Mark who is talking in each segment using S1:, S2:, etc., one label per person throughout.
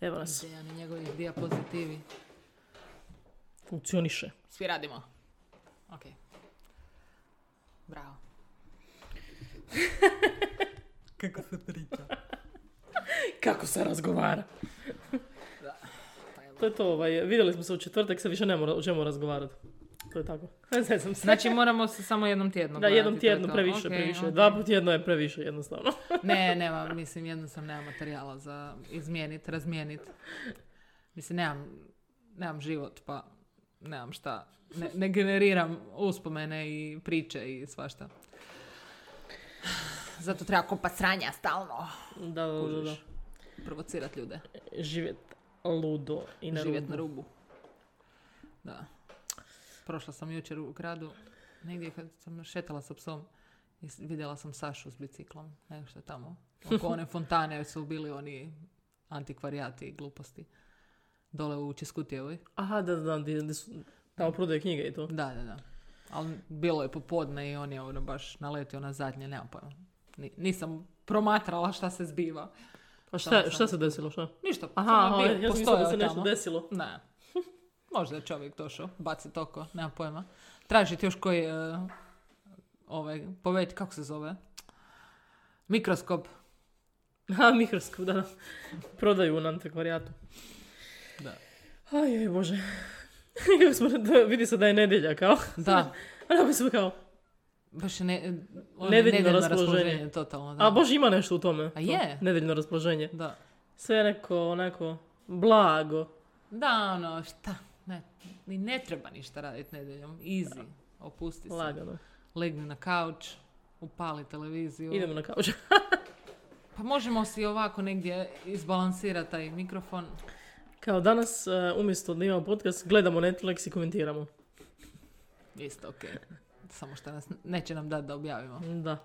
S1: Evo nas,
S2: Dejan i njegovi dijapozitivi.
S1: funkcioniše.
S2: Svi radimo. Ok. Bravo. Kako se priča.
S1: Kako se razgovara?
S2: Pa evo.
S1: To je to, ovaj, vidjeli smo se u četvrtak, se više ne mora o čemu razgovarati. To je tako. Ne znam se.
S2: Znači moramo se samo jednom tjedno
S1: da, jednom
S2: gledati, to je
S1: tjedno
S2: to.
S1: previše,
S2: Ok,
S1: previše.
S2: ok.
S1: Dva put jedno je previše, jednostavno.
S2: Ne, nema, mislim, jedno sam nema materijala za izmijenit, razmijenit. Mislim, nemam, nemam život, pa nemam šta. Ne, ne generiram uspomene i priče i svašta. Zato treba kopat sranja stalno.
S1: Da, da, da, da.
S2: Kužiš. Provocirat ljude.
S1: Živjet ludo i na
S2: Živjet na
S1: rubu.
S2: rubu. Da. Prošla sam jučer u gradu, negdje kad sam šetala sa psom i s- vidjela sam Sašu s biciklom, nešto tamo. Oko one fontane su bili oni antikvarijati i gluposti. Dole u Čiskutijevoj.
S1: Aha, da, da, di- di su- tamo prodaju knjige i to.
S2: Da, da, da. Ali bilo je popodne i on je ono baš naletio na zadnje, nemam pojma. Ni- nisam promatrala šta se zbiva.
S1: A
S2: Samo
S1: šta,
S2: sam-
S1: šta se desilo, šta?
S2: Ništa,
S1: Aha,
S2: samo je
S1: aha,
S2: bio,
S1: ja sam mislila
S2: postojao
S1: da se
S2: je
S1: nešto
S2: ovaj, tamo.
S1: desilo.
S2: Ne. Možda je čovjek došao, baci toko, nema pojma. Tražiti još koji e, ovaj, poveć, kako se zove? Mikroskop.
S1: A, mikroskop, da, da. Prodaju na antikvarijatu.
S2: Da.
S1: Aj, joj, bože. Kako smo, da, vidi se da je nedjelja, kao.
S2: Da.
S1: A da bi smo kao,
S2: Baš je ne, e, ono
S1: Nedeljno
S2: nedeljno
S1: raspoloženje.
S2: raspoloženje, totalno. Da.
S1: a bože ima nešto u tome. To
S2: je.
S1: Nedeljno raspoloženje.
S2: Da.
S1: Sve je neko onako blago.
S2: Da, ono, šta? Ne, ni ne treba ništa raditi nedjeljom. Easy. Opusti se.
S1: Lagano.
S2: Legni na kauč, upali televiziju.
S1: Idemo na kauč.
S2: Pa možemo si ovako negdje izbalansirati taj mikrofon.
S1: Kao danas, e, umjesto da imamo podcast, gledamo Netflix i komentiramo.
S2: Isto, ok. Samo što nas neće nam dati da objavimo.
S1: Da.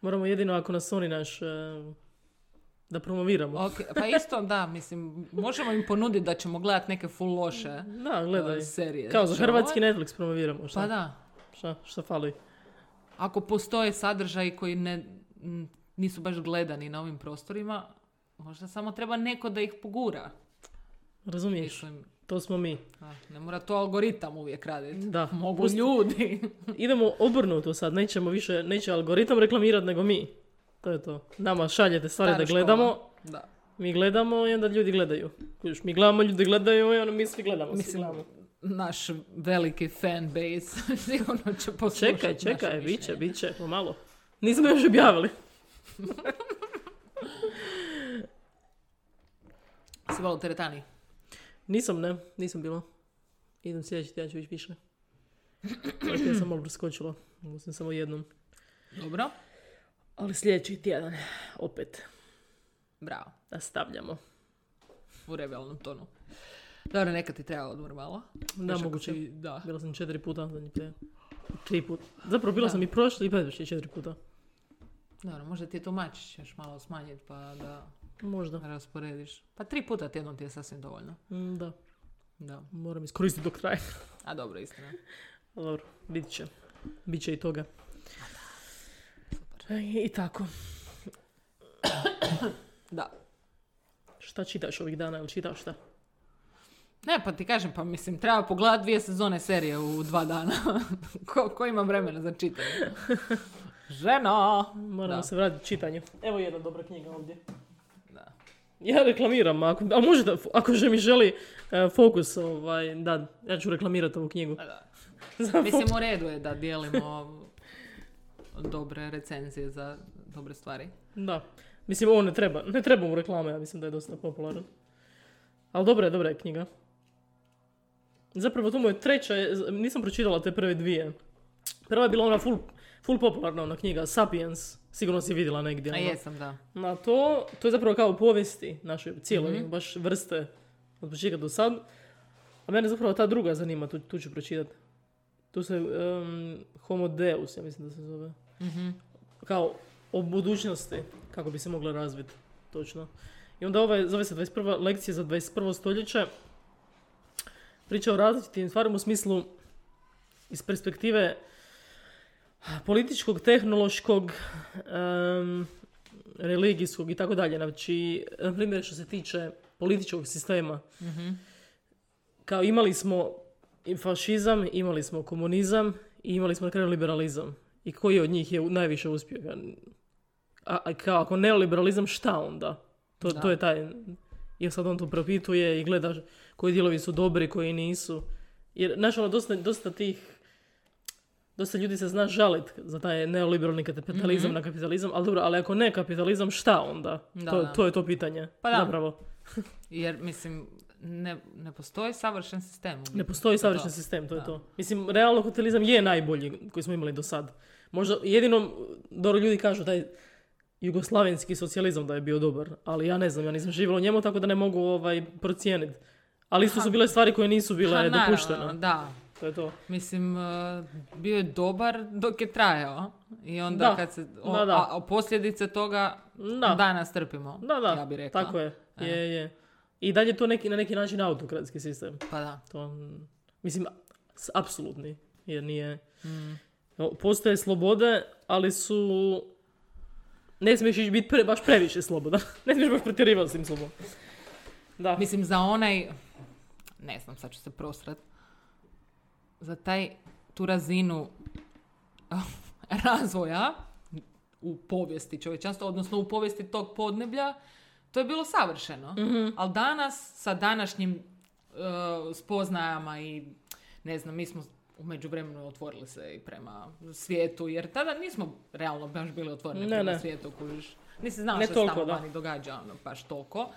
S1: Moramo jedino ako nas oni naš... e, da promoviramo.
S2: Ok, pa isto da, mislim, možemo im ponuditi da ćemo gledati neke full loše
S1: Da, gledaj.
S2: eh, serije.
S1: Kao za
S2: Ćemo
S1: hrvatski
S2: ovo-
S1: Netflix promoviramo. Šta?
S2: Pa da,
S1: Šta, šta fali?
S2: ako postoje sadržaji koji ne, m, nisu baš gledani na ovim prostorima, možda samo treba neko da ih pogura.
S1: Razumiješ?
S2: Mislim,
S1: To smo mi.
S2: da, ne mora to algoritam uvijek raditi.
S1: Da.
S2: Mogu
S1: Pusti-
S2: ljudi.
S1: Idemo obrnuto sad, nećemo više, neće algoritam reklamirat nego mi. To je to. Nama šaljete stvari
S2: Stara
S1: da gledamo,
S2: škola. ono, Da.
S1: mi gledamo i onda ljudi gledaju. Kužiš, mi gledamo, ljudi gledaju i onda mi svi gledamo. svi
S2: Mislim,
S1: gledamo.
S2: naš veliki fan base sigurno će poslušati
S1: Čekaj,
S2: naše
S1: čekaj, bit će,
S2: mišljenje.
S1: bit će, pomalo. Nismo još objavili.
S2: Si bila u teretani?
S1: Nisam, ne, nisam bila. Idem sljedeći tjedan ću ići više. Čak, ja sam malo preskočila, Mogla sam samo jednom.
S2: Dobro,
S1: Ali sljedeći tjedan, opet,
S2: bravo.
S1: nastavljamo.
S2: u rebelnom tonu. Dobro, neka ti treba odmor malo.
S1: Da,
S2: Još ako
S1: moguće.
S2: si- Da.
S1: Bila sam četiri puta zadnji tjedan. Tri puta. Zapravo bila sam i prošli i predvrši četiri puta.
S2: Dobro, možda ti je to mačić još malo smanjiti pa da
S1: Možda.
S2: rasporediš. Pa tri puta tjedno ti je sasvim dovoljno.
S1: Mm, Da,
S2: Da.
S1: moram iskoristiti do kraja.
S2: A dobro, istina.
S1: Pa Dobro, vidit će. Biće i toga. E, I tako.
S2: Da.
S1: Šta čitaš ovih dana? Jel čitaš šta?
S2: Ne, pa ti kažem, pa mislim, treba pogledati dvije sezone serije u dva dana. ko, ko ima vremena za čitanje? Ženo!
S1: Moramo
S2: Da.
S1: se vratiti čitanju. Evo jedna dobra knjiga ovdje.
S2: Da.
S1: Ja reklamiram, ako, a možete, ako že mi želi e, fokus, ovaj, da, ja ću reklamirati ovu knjigu.
S2: A da.
S1: Za
S2: Mislim, u redu je da dijelimo dobre recenzije za dobre stvari.
S1: Da. Mislim, ovo ne treba. Ne treba mu reklame, ja mislim da je dosta popularan. Ali dobra je, dobra je knjiga. Zapravo, to mu je treća, je- nisam pročitala te prve dvije. Prva je bila ona full, full popularna ona knjiga, Sapiens. Sigurno si vidjela negdje.
S2: A
S1: ono.
S2: jesam, da.
S1: Na to, to je zapravo kao povijesti naše cijelo,
S2: Mhm.
S1: baš vrste od početka do sad. A mene zapravo ta druga zanima, tu, tu ću pročitati. Tu se em, Homo Deus, ja mislim da se zove.
S2: Mhm.
S1: Kao o budućnosti, kako bi se mogla razviti, točno. I onda ovaj, zove se 21. lekcija za 21. stoljeće. Priča o različitim stvarima u smislu iz perspektive političkog, tehnološkog, em, religijskog i tako dalje. Znači, na primjer što se tiče političkog sistema. Kao imali smo i fašizam, imali smo komunizam i imali smo na kraju liberalizam. I koji od njih je u- najviše uspio? Ja n- A, a kao ako neoliberalizam, šta onda? To,
S2: Da.
S1: to je taj... Jer sad on to propituje i gleda koji dijelovi su dobri, koji nisu. Jer, znaš, ono, dosta, dosta tih dosta ljudi se zna žalit za taj neoliberalni kapitalizam na kapitalizam, ali dobro, ali ako ne kapitalizam, šta onda?
S2: Mhm. Da,
S1: to,
S2: da.
S1: to je to pitanje.
S2: Pa da.
S1: Zapravo.
S2: Jer, mislim, ne, ne postoji savršen sistem. u
S1: Ne
S2: biti.
S1: postoji
S2: To je to.
S1: savršen sistem, to je
S2: Da.
S1: to. Mislim, realno hotelizam je najbolji koji smo imali do sad. Možda, jedino, dobro ljudi kažu taj jugoslavenski socijalizam da je bio dobar, ali ja ne znam, ja nisam živjela u njemu, tako da ne mogu ovaj, procijeniti. Ali isto su bile stvari koje nisu
S2: Ha,
S1: bile
S2: naravno,
S1: dopuštene.
S2: Da.
S1: To je to.
S2: Mislim, eh, bio je dobar dok je trajao. I onda
S1: Da.
S2: kad se... O,
S1: Da, da.
S2: A, a posljedice toga
S1: Da.
S2: danas trpimo.
S1: Da, da,
S2: Ja bi rekla.
S1: tako je. Je, je. I dalje to neki, na neki način autokratski sistem.
S2: Pa da.
S1: To, mm, mislim, s- apsolutni, jer nije...
S2: Mm.
S1: No, Postoje slobode, ali su... Ne smiješ ići biti pre, baš previše slobodan. ne smiješ baš pretjerivati s tim slobodom. Da.
S2: Mislim, za onaj... Ne znam, sad ću se prosrat. Za taj, tu razinu razvoja u povijesti čovječanstva, odnosno u povijesti tog podneblja, to je bilo savršeno.
S1: Mhm.
S2: Ali danas, sa današnjim e, spoznajama i ne znam, mi smo u međuvremenu otvorili se i prema svijetu, jer tada nismo realno baš bili otvoreni
S1: Ne,
S2: prema
S1: ne.
S2: svijetu, kužiš. Nisi znao
S1: Ne
S2: što se
S1: toliko,
S2: tamo
S1: da.
S2: vani događa, ono, baš toliko.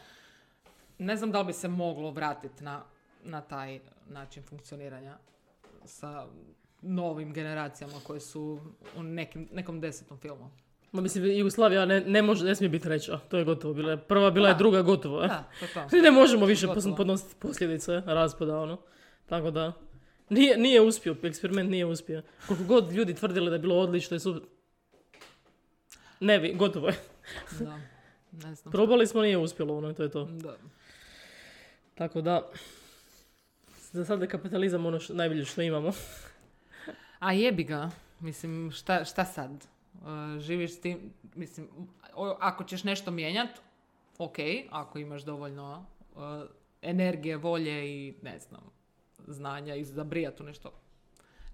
S2: Ne znam da li bi se moglo vratiti na, na taj način funkcioniranja sa novim generacijama koje su u nekim, nekom desetom filmu.
S1: Ma mislim, Jugoslavija ne, ne može, ne smije biti treća. To je gotovo. Bila je prva, bila je
S2: Da.
S1: druga, gotovo. eh.
S2: Da, to je to.
S1: Ne možemo više
S2: Gotovo.
S1: pos- podnositi posljedice raspada, ono. Tako da, nije, nije uspio, eksperiment nije uspio. Koliko god ljudi tvrdili da je bilo odlično i su... Ne vi, gotovo je.
S2: Da, ne znam.
S1: Probali smo, nije uspjelo, ono, i to je to.
S2: Da.
S1: Tako da, za sada je kapitalizam ono što, najbolje što imamo.
S2: A jebi ga, mislim, šta, šta sad? E, živiš s tim, mislim, o- ako ćeš nešto mijenjat, ok, ako imaš dovoljno e, energije, volje i ne znam, znanja i zabrijat u nešto,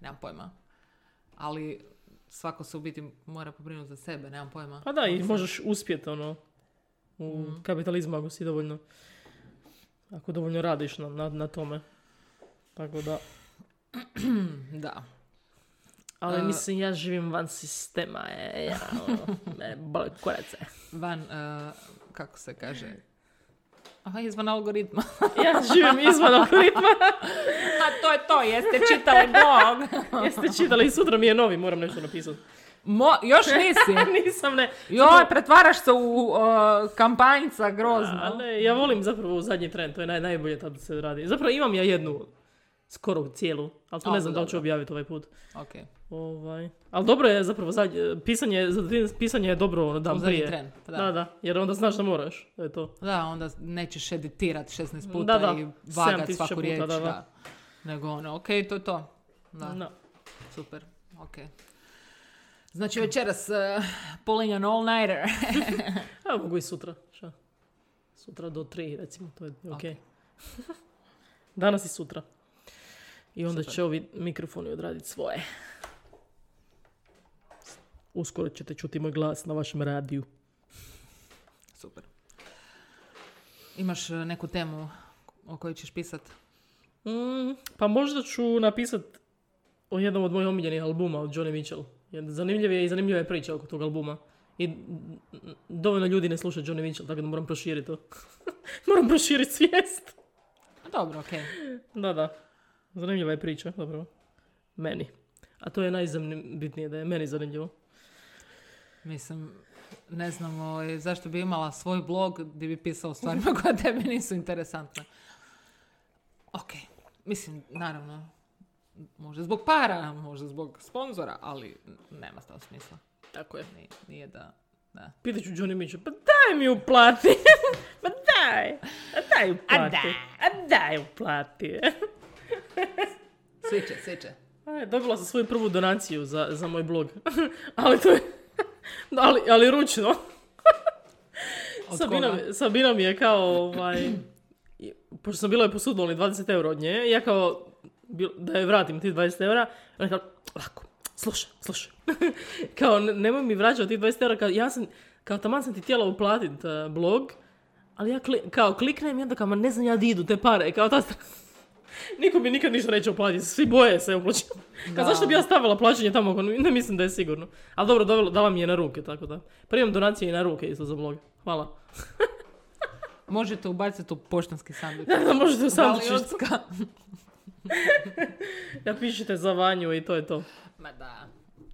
S2: nemam pojma. Ali svako se u biti mora pobrinuti za sebe, nemam pojma.
S1: Pa da, i možeš uspjeti, ono, u kapitalizmu ako si dovoljno, ako dovoljno radiš na, na, na tome. Tako da,
S2: Da.
S1: ali
S2: E,
S1: mislim, ja živim van sistema, e, ja, ono, mene boli kurac, e.
S2: Van, e, kako se kaže, Aha, izvan algoritma.
S1: Ja živim izvan algoritma.
S2: A to je to, jeste čitali blog.
S1: Jeste čitali i sutra mi je novi, moram nešto napisati.
S2: Mo, još nisi.
S1: Nisam ne.
S2: Joj, pretvaraš se u o, kampanjca grozno.
S1: A ne, ja volim zapravo zadnji tren, to je naj, najbolje tad se radi. Zapravo imam ja jednu, skoro cijelu, ali to
S2: A,
S1: ne znam da li
S2: dobro.
S1: ću objaviti ovaj put.
S2: Ok,
S1: Ovaj. Ali dobro je zapravo, zadnje, pisanje, za tren- pisanje je dobro ono, dan
S2: u zadnji
S1: prije.
S2: tren. pa
S1: Da.
S2: Da.
S1: da,
S2: Da,
S1: jer onda znaš da moraš, to je to.
S2: onda nećeš editirat 16
S1: Da,
S2: puta
S1: da,
S2: i
S1: 7000
S2: vagat svaku
S1: puta,
S2: riječ.
S1: da, da.
S2: da. Nego ono, ok, to je to. Da,
S1: Da.
S2: super, ok. Znači večeras uh, pulling an all-nighter.
S1: A mogu i sutra, šta? Sutra do tri, recimo, to je ok.
S2: Ok.
S1: Danas i sutra. I onda
S2: Super.
S1: će ovi mikrofoni odraditi svoje. Uskoro ćete čuti moj glas na vašem radiju.
S2: super. Imaš e, neku temu o kojoj ćeš pisat?
S1: Mm, pa možda ću napisat o jednom od mojih omiljenih albuma od Johnny Mitchell. Jer zanimljiv je i zanimljiva je priča oko tog albuma. I mm, mm, dovoljno ljudi ne sluša Johnny Mitchell, tako da moram proširiti to. moram proširiti svijest.
S2: Pa Dobro, ok.
S1: Da, da. Zanimljiva je priča, zapravo. Meni. A to je najbitnije da je meni zanimljivo.
S2: Mislim, ne znam ovaj, zašto bi imala svoj blog gdje bi pisao o stvarima koja tebi nisu interesantne. Ok, mislim, naravno, možda zbog para, možda zbog sponzora, ali nema stav smisla.
S1: Tako je.
S2: Nije, nije da, da.
S1: Pitat ću Johnny Mitchell, pa daj mi uplati. pa daj. A daj uplati. A daj uplati.
S2: Svi će, svi će.
S1: E, dobila sam svoju prvu donaciju za, za moj blog. ali to je... ali, ali ručno.
S2: Od
S1: Sabina,
S2: koga?
S1: Sabina mi je kao ovaj, I, pošto sam bila je posudila onih 20 eura od nje, ja kao, bil- da je vratim ti 20 eura, ona kao, lako, slušaj, slušaj. kao, "Ne- nemoj mi vraćati tih 20 eura, kao, ja sam, kao taman sam ti htjela uplatiti blog, ali ja kli- kao kliknem i onda kao, ma ne znam ja di idu te pare, kao ta stra- Niko mi nikad ništa neće uplatiti, svi boje se uplaćati. Kao
S2: Da.
S1: zašto bi ja stavila plaćanje tamo ako ne mislim da je sigurno. Ali dobro, dovela- dala mi je na ruke, tako da. Primam donacije i na ruke isto za blog. Hvala.
S2: Možete ubaciti u poštanski sanduč.
S1: Da, da možete sam
S2: Valiotska.
S1: Napišite za vanju i to je to.
S2: Ma da.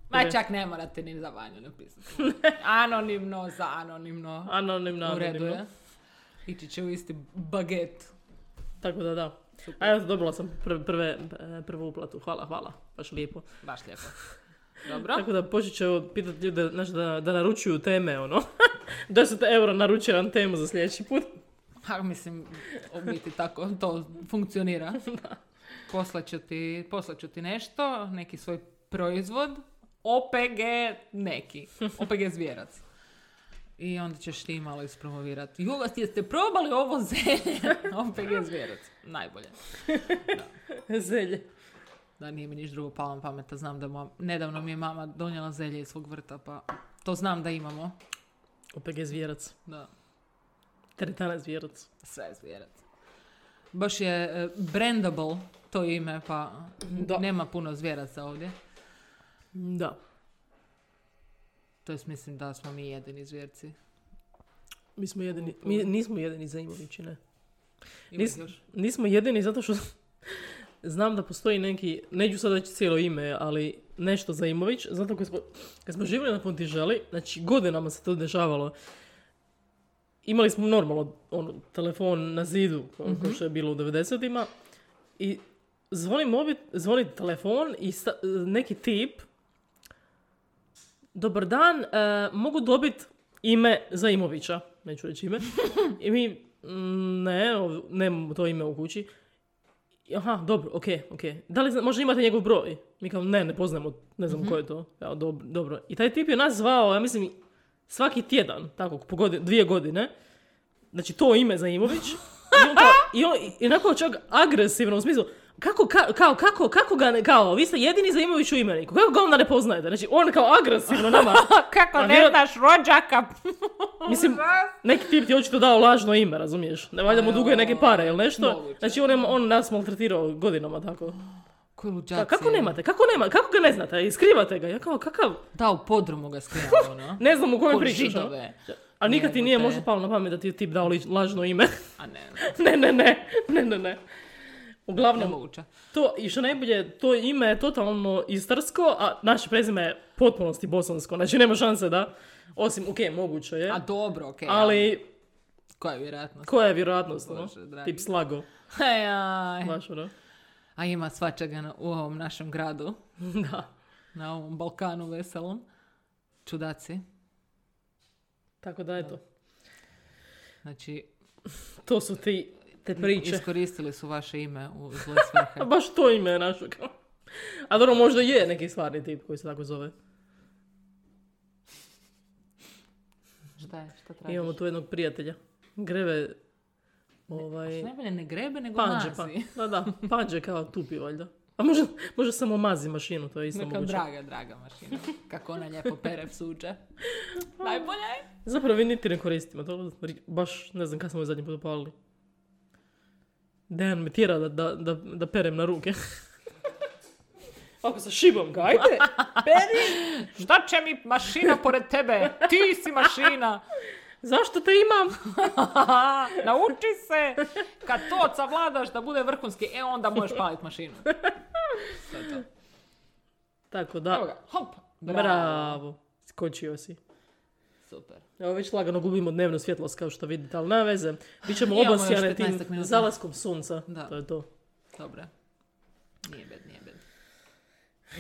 S2: Ma čak ne morate ni za vanju napisati. Anonimno za anonimno.
S1: Anonimno,
S2: U redu
S1: anonimno.
S2: je. Ići će u isti baget.
S1: Tako da da. A evo, dobila sam prve, prve, e, prvu uplatu. Hvala, hvala. Baš lijepo.
S2: Baš lijepo. Dobro.
S1: Tako da počet će pitati ljude znaš, da, da naručuju teme, ono. 10 eura naručiram temu za sljedeći put.
S2: Ha, mislim, u biti tako to funkcionira. Poslaću ti, poslaću ti nešto, neki svoj proizvod, OPG neki, OPG zvjerac. I onda ćeš ti malo ispromovirati. Ju vas jeste probali ovo zelje? OPG zvjerac. Najbolje.
S1: Zelje.
S2: Da, nije mi niš drugo palo na pamet, a znam da mom, nedavno mi je mama donijela zelje iz svog vrta, pa to znam da imamo.
S1: OPG zvjerac.
S2: Da,
S1: Teretana zvjerac.
S2: sve je zvjerac. Baš je e, brandable to ime, pa
S1: Da.
S2: nema puno zvjeraca ovdje.
S1: Da.
S2: To jest, mislim da smo mi jedini zvjerci.
S1: Mi smo jedini, mi nismo jedini za Imovići, ne.
S2: Ima ih
S1: Nis-
S2: još.
S1: Nismo jedini zato što znam da postoji neki, neću sad reći cijelo ime, ali nešto za Imović, zato kad smo, kad smo živjeli na Pontiželi, znači godinama se to dešavalo, imali smo normalno ono, telefon na zidu, ko- ko što je bilo u 90-ima, i zvoni, mobit, zvoni telefon i sta- neki tip, dobar dan, e, mogu dobiti ime za Imovića, neću reći ime, i mi, mm, ne, ov- nemamo to ime u kući. I, Aha, dobro, ok, ok. Da li zna- možda imate njegov broj? Mi kao, ne, ne poznamo, ne znam ko je to. Kao, dobro, dobro. I taj tip je nas zvao, ja mislim, svaki tjedan, tako, po godi- dvije godine. Znači, to ime za Imović. I on kao, i on, i onako čak agresivno, u smislu, kako, ka- kao, kako, kako ga ne, kao, vi ste jedini za Imović u imeniku, kako ga onda ne poznajete? Znači, on kao agresivno nama.
S2: Pa Kako
S1: ne vjerojatno-
S2: znaš rođaka?
S1: Mislim, neki tip ti je očito dao lažno ime, razumiješ? Ne valjda mu duguje neke pare ili nešto.
S2: Moguće.
S1: Znači on, je- on nas maltretirao godinama tako.
S2: Koji luđaci.
S1: Ka- kako nemate? Kako nema? Kako ga ne znate? I skrivate ga. Ja kao kakav?
S2: Da, u podrumu ga skrenuo, no.
S1: Ne znam u kojem
S2: Ko
S1: pričaš. ono.
S2: židove.
S1: A nikad ti nije
S2: Jebote.
S1: možda palo na pamet da ti je tip dao lič- lažno ime.
S2: A ne,
S1: ne, ne, ne. Ne, ne, ne.
S2: ne
S1: Uglavnom,
S2: moguće.
S1: to, i što najbolje, to ime je totalno istarsko, a naše prezime je potpunosti bosansko. Znači, nema šanse da, osim, ok, moguće je,
S2: A dobro, okej.
S1: ali
S2: Koja je vjerojatnost?
S1: koja je vjerojatnost, no?
S2: Bože, dragi.
S1: Tip slago,
S2: Aj, aj.
S1: baš ono.
S2: A ima svačega na- u ovom našem gradu,
S1: Da,
S2: na ovom Balkanu veselom. Čudaci.
S1: tako da eto,
S2: Znači,
S1: to su ti te priče.
S2: iskoristili su vaše ime u zle svrhe.
S1: A baš to ime je našo kao. A dobro, možda je neki stvarni tip koji se tako zove.
S2: Šta je? Šta tražiš?
S1: Imamo tu jednog prijatelja. Greve, ovaj,
S2: Najbolje ne grebe, nego
S1: panđe, pa.
S2: mazi.
S1: Da, da, panđe kao tupi valjda. A možda, možda samo mazi mašinu, to je isto
S2: Neka
S1: moguće.
S2: draga, draga mašina. Kako ona lijepo pere psuđe. Najbolje je.
S1: Zapravo niti ne koristimo to, baš ne znam kada smo je zadnji put upalili. Dejan me tjera da, da, da, da perem na ruke. Ako sa šibom ga, ajde!
S2: Šta će mi mašina pored tebe? Ti si mašina.
S1: Zašto te imam?
S2: Nauči se. Kad to savladaš da bude vrhunski, e onda možeš paliti mašinu.
S1: Tako
S2: Evo
S1: da,
S2: ga. Hop. Bravo.
S1: bravo. Skočio si.
S2: Super.
S1: Evo već lagano gubimo dnevno svjetlost kao što vidite, ali nema veze. Bićemo
S2: Imamo još
S1: obasjane tim
S2: 15 minuta.
S1: zalaskom sunca.
S2: Da.
S1: To je to.
S2: Dobro. Nije bed, nije bed.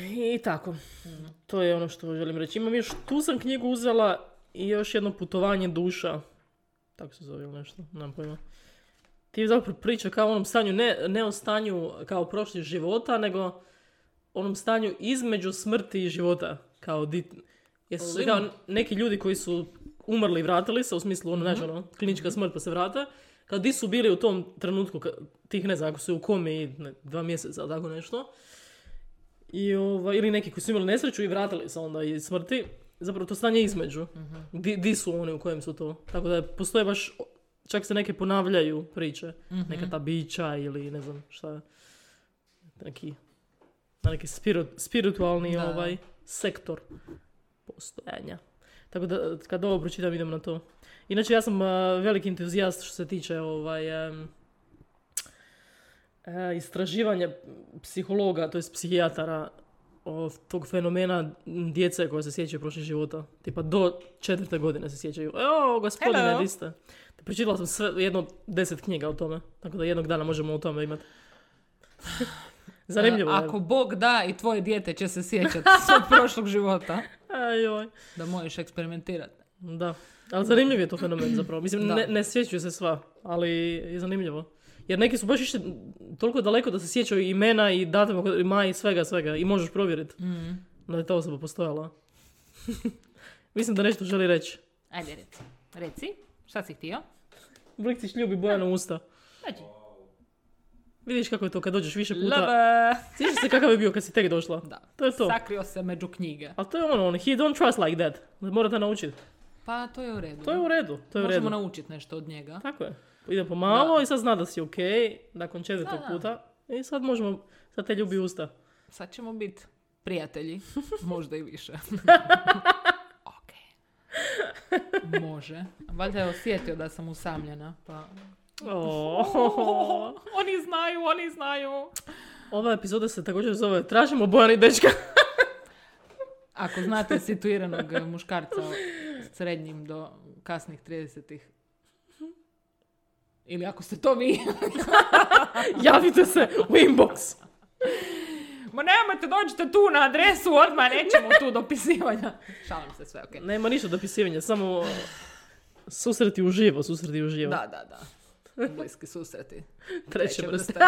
S1: I tako. To je ono što želim reći. Imam još, tu sam knjigu uzela i još jedno putovanje duša. Tako se zove ili nešto, nemam pojma. Ti zapravo priča kao o onom stanju, ne, ne o stanju kao prošlih života, nego onom stanju između smrti i života. Kao di, jesu se
S2: Limbo.
S1: kao neki ljudi koji su umrli i vratili se, u smislu ono, znaš, ono, klinička smrt pa se vrate, Kao di su bili u tom trenutku, ka- tih ne znam, ako su u komi ne, dva mjeseca, tako nešto. I, ovaj, ili neki koji su imali nesreću i vratili se onda iz smrti. Zapravo to stanje između. Di, di su oni u kojem su to. Tako da postoje baš, čak se neke ponavljaju priče.
S2: Mhm.
S1: Neka ta bića ili ne znam šta. Neki, na neki spiro- spiritualni
S2: Da, da.
S1: ovaj sektor postojanja. Tako da, kad ovo pročitam, idem na to. Inače, ja sam a, veliki entuzijast što se tiče ovaj, em, e, istraživanja psihologa, to jest psihijatara, o, tog fenomena djece koja se sjećaju prošlih života. Tipa, do četvrte godine se sjećaju. O, gospodine,
S2: Hello.
S1: di ste? Pročitala sam sve, jedno deset knjiga o tome. Tako da jednog dana možemo o tome imati. Zanimljivo je.
S2: Ako Bog da i tvoje dijete će se sjećati svog prošlog života,
S1: Aj, joj.
S2: da možeš eksperimentirati.
S1: Da, ali zanimljiv je to fenomen zapravo. Mislim,
S2: Da.
S1: ne, ne sjećaju se sva, ali je zanimljivo. Jer neki su baš išli toliko daleko da se sjećaju i imena i datuma, kod- i maja i svega, svega. I možeš provjeriti
S2: Mhm.
S1: da je ta osoba postojala. Mislim da nešto želi reći.
S2: Ajde, reci. Reci, šta si htio?
S1: Brkcić ljubi Bojanu usta.
S2: Dođi.
S1: Vidiš kako je to kad dođeš više puta.
S2: Love.
S1: Sjećaš se kakav je bio kad si tek došla.
S2: Da.
S1: To je to.
S2: Sakrio se među knjige.
S1: Ali to je ono, on, he don't trust like that. Morate naučiti.
S2: Pa to je u redu.
S1: To je u redu, to je u redu.
S2: Možemo naučiti nešto od njega.
S1: Tako je. Ide pomalo i sad zna da si ok, nakon četvrtog
S2: Da, da.
S1: puta. I sad možemo, sad te ljubi usta.
S2: Sad ćemo biti prijatelji. Možda i više. ok. Može. Valjda je osjetio da sam usamljena. Pa...
S1: Oh.
S2: oni znaju, oni znaju.
S1: Ova epizoda se također zove Tražimo Bojana i dečka.
S2: Ako znate situiranog eh, muškarca s srednjim do kasnih 30-ih, Mhm. ili ako ste to vi,
S1: Javite se u inbox.
S2: Ma nemojte, dođite tu na adresu, odmah nećemo tu dopisivanja. Šalim se sve, okej.
S1: Nema ništa dopisivanja, samo susreti uživo, susreti uživo.
S2: Da, da, da. Bliski susreti.
S1: Treće vrste.
S2: vrste.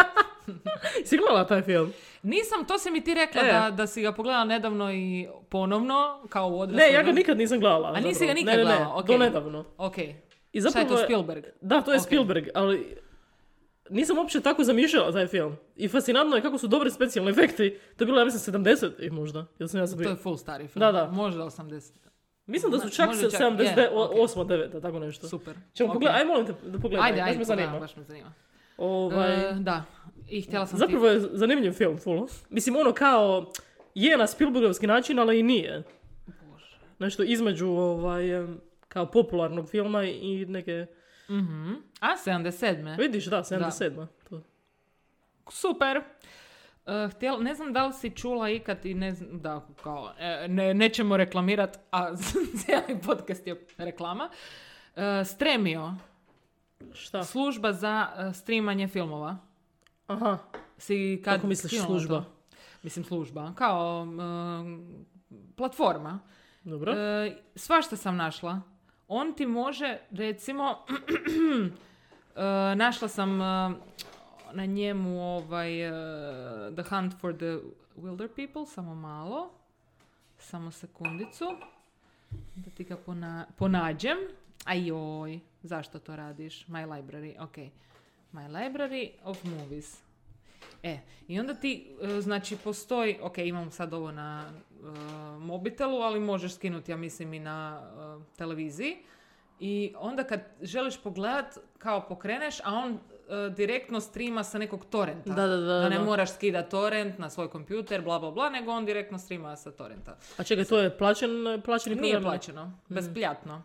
S1: Si gledala taj film?
S2: Nisam, to si mi ti rekla
S1: E.
S2: da, da si ga pogledala nedavno i ponovno, kao u odraslu.
S1: Ne, ja ga nikad nisam gledala.
S2: A nisi
S1: zapravo.
S2: ga nikad
S1: ne, ne, ne,
S2: gledala, ok.
S1: do nedavno.
S2: Ok.
S1: I
S2: Šta je
S1: zapravo
S2: to, Spielberg?
S1: Da, to je
S2: Ok.
S1: Spielberg, ali nisam uopće tako zamišljala taj film. I fascinantno je kako su dobri specijalni efekti. To je bilo, ja mislim, 70-ih možda. Jel sam ja
S2: To
S1: zabio?
S2: je full stari film.
S1: Da, da.
S2: Možda 80.
S1: Mislim da su
S2: Ma-
S1: čak
S2: možda
S1: se
S2: čak,
S1: 78
S2: je, ok.
S1: 9 tako nešto.
S2: Super.
S1: Ćemo
S2: Ok.
S1: pogledati, aj molim te da pogledaj,
S2: Ajde,
S1: baš
S2: ajde,
S1: me zanima.
S2: da, baš me zanima.
S1: Ovaj,
S2: E, da, i htjela sam
S1: zapravo je zanimljiv film, full. Mislim, ono kao, je na Spielbergovski način, ali i nije.
S2: ti... Bože.
S1: Nešto između, ovaj, em, kao popularnog filma i neke...
S2: Mhm. A, 77.
S1: Vidiš, da, 77. To.
S2: Super. E, htjela- ne znam da li si čula ikad i ne znam, da, kao, e, ne, nećemo reklamirat, a cijeli podcast je reklama. E, Stremio,
S1: Šta?
S2: služba za e, streamanje filmova.
S1: Aha,
S2: Si kad
S1: kako misliš
S2: skinula
S1: služba?
S2: to? Mislim služba, kao m, platforma.
S1: Dobro.
S2: E, svašta sam našla. On ti može, recimo, e, našla sam e, na njemu ovaj e, The Hunt for the Wilder People, samo malo, samo sekundicu, da ti ga pona- ponađem. Ajoj, zašto to radiš? My library, ok. My library of movies. E, i onda ti, e, znači, postoji, ok, imam sad ovo na e, mobitelu, ali možeš skinuti, ja mislim, i na e, televiziji. I onda kad želiš pogledat, kao pokreneš, a on e, direktno streama sa nekog torrenta.
S1: Da, da, da,
S2: ne
S1: da.
S2: moraš skidat torrent na svoj kompjuter, bla, bla, bla, nego on direktno streama sa torrenta.
S1: A čekaj, to je Mm. plaćen, plaćeni program?
S2: Nije plaćeno, besplatno.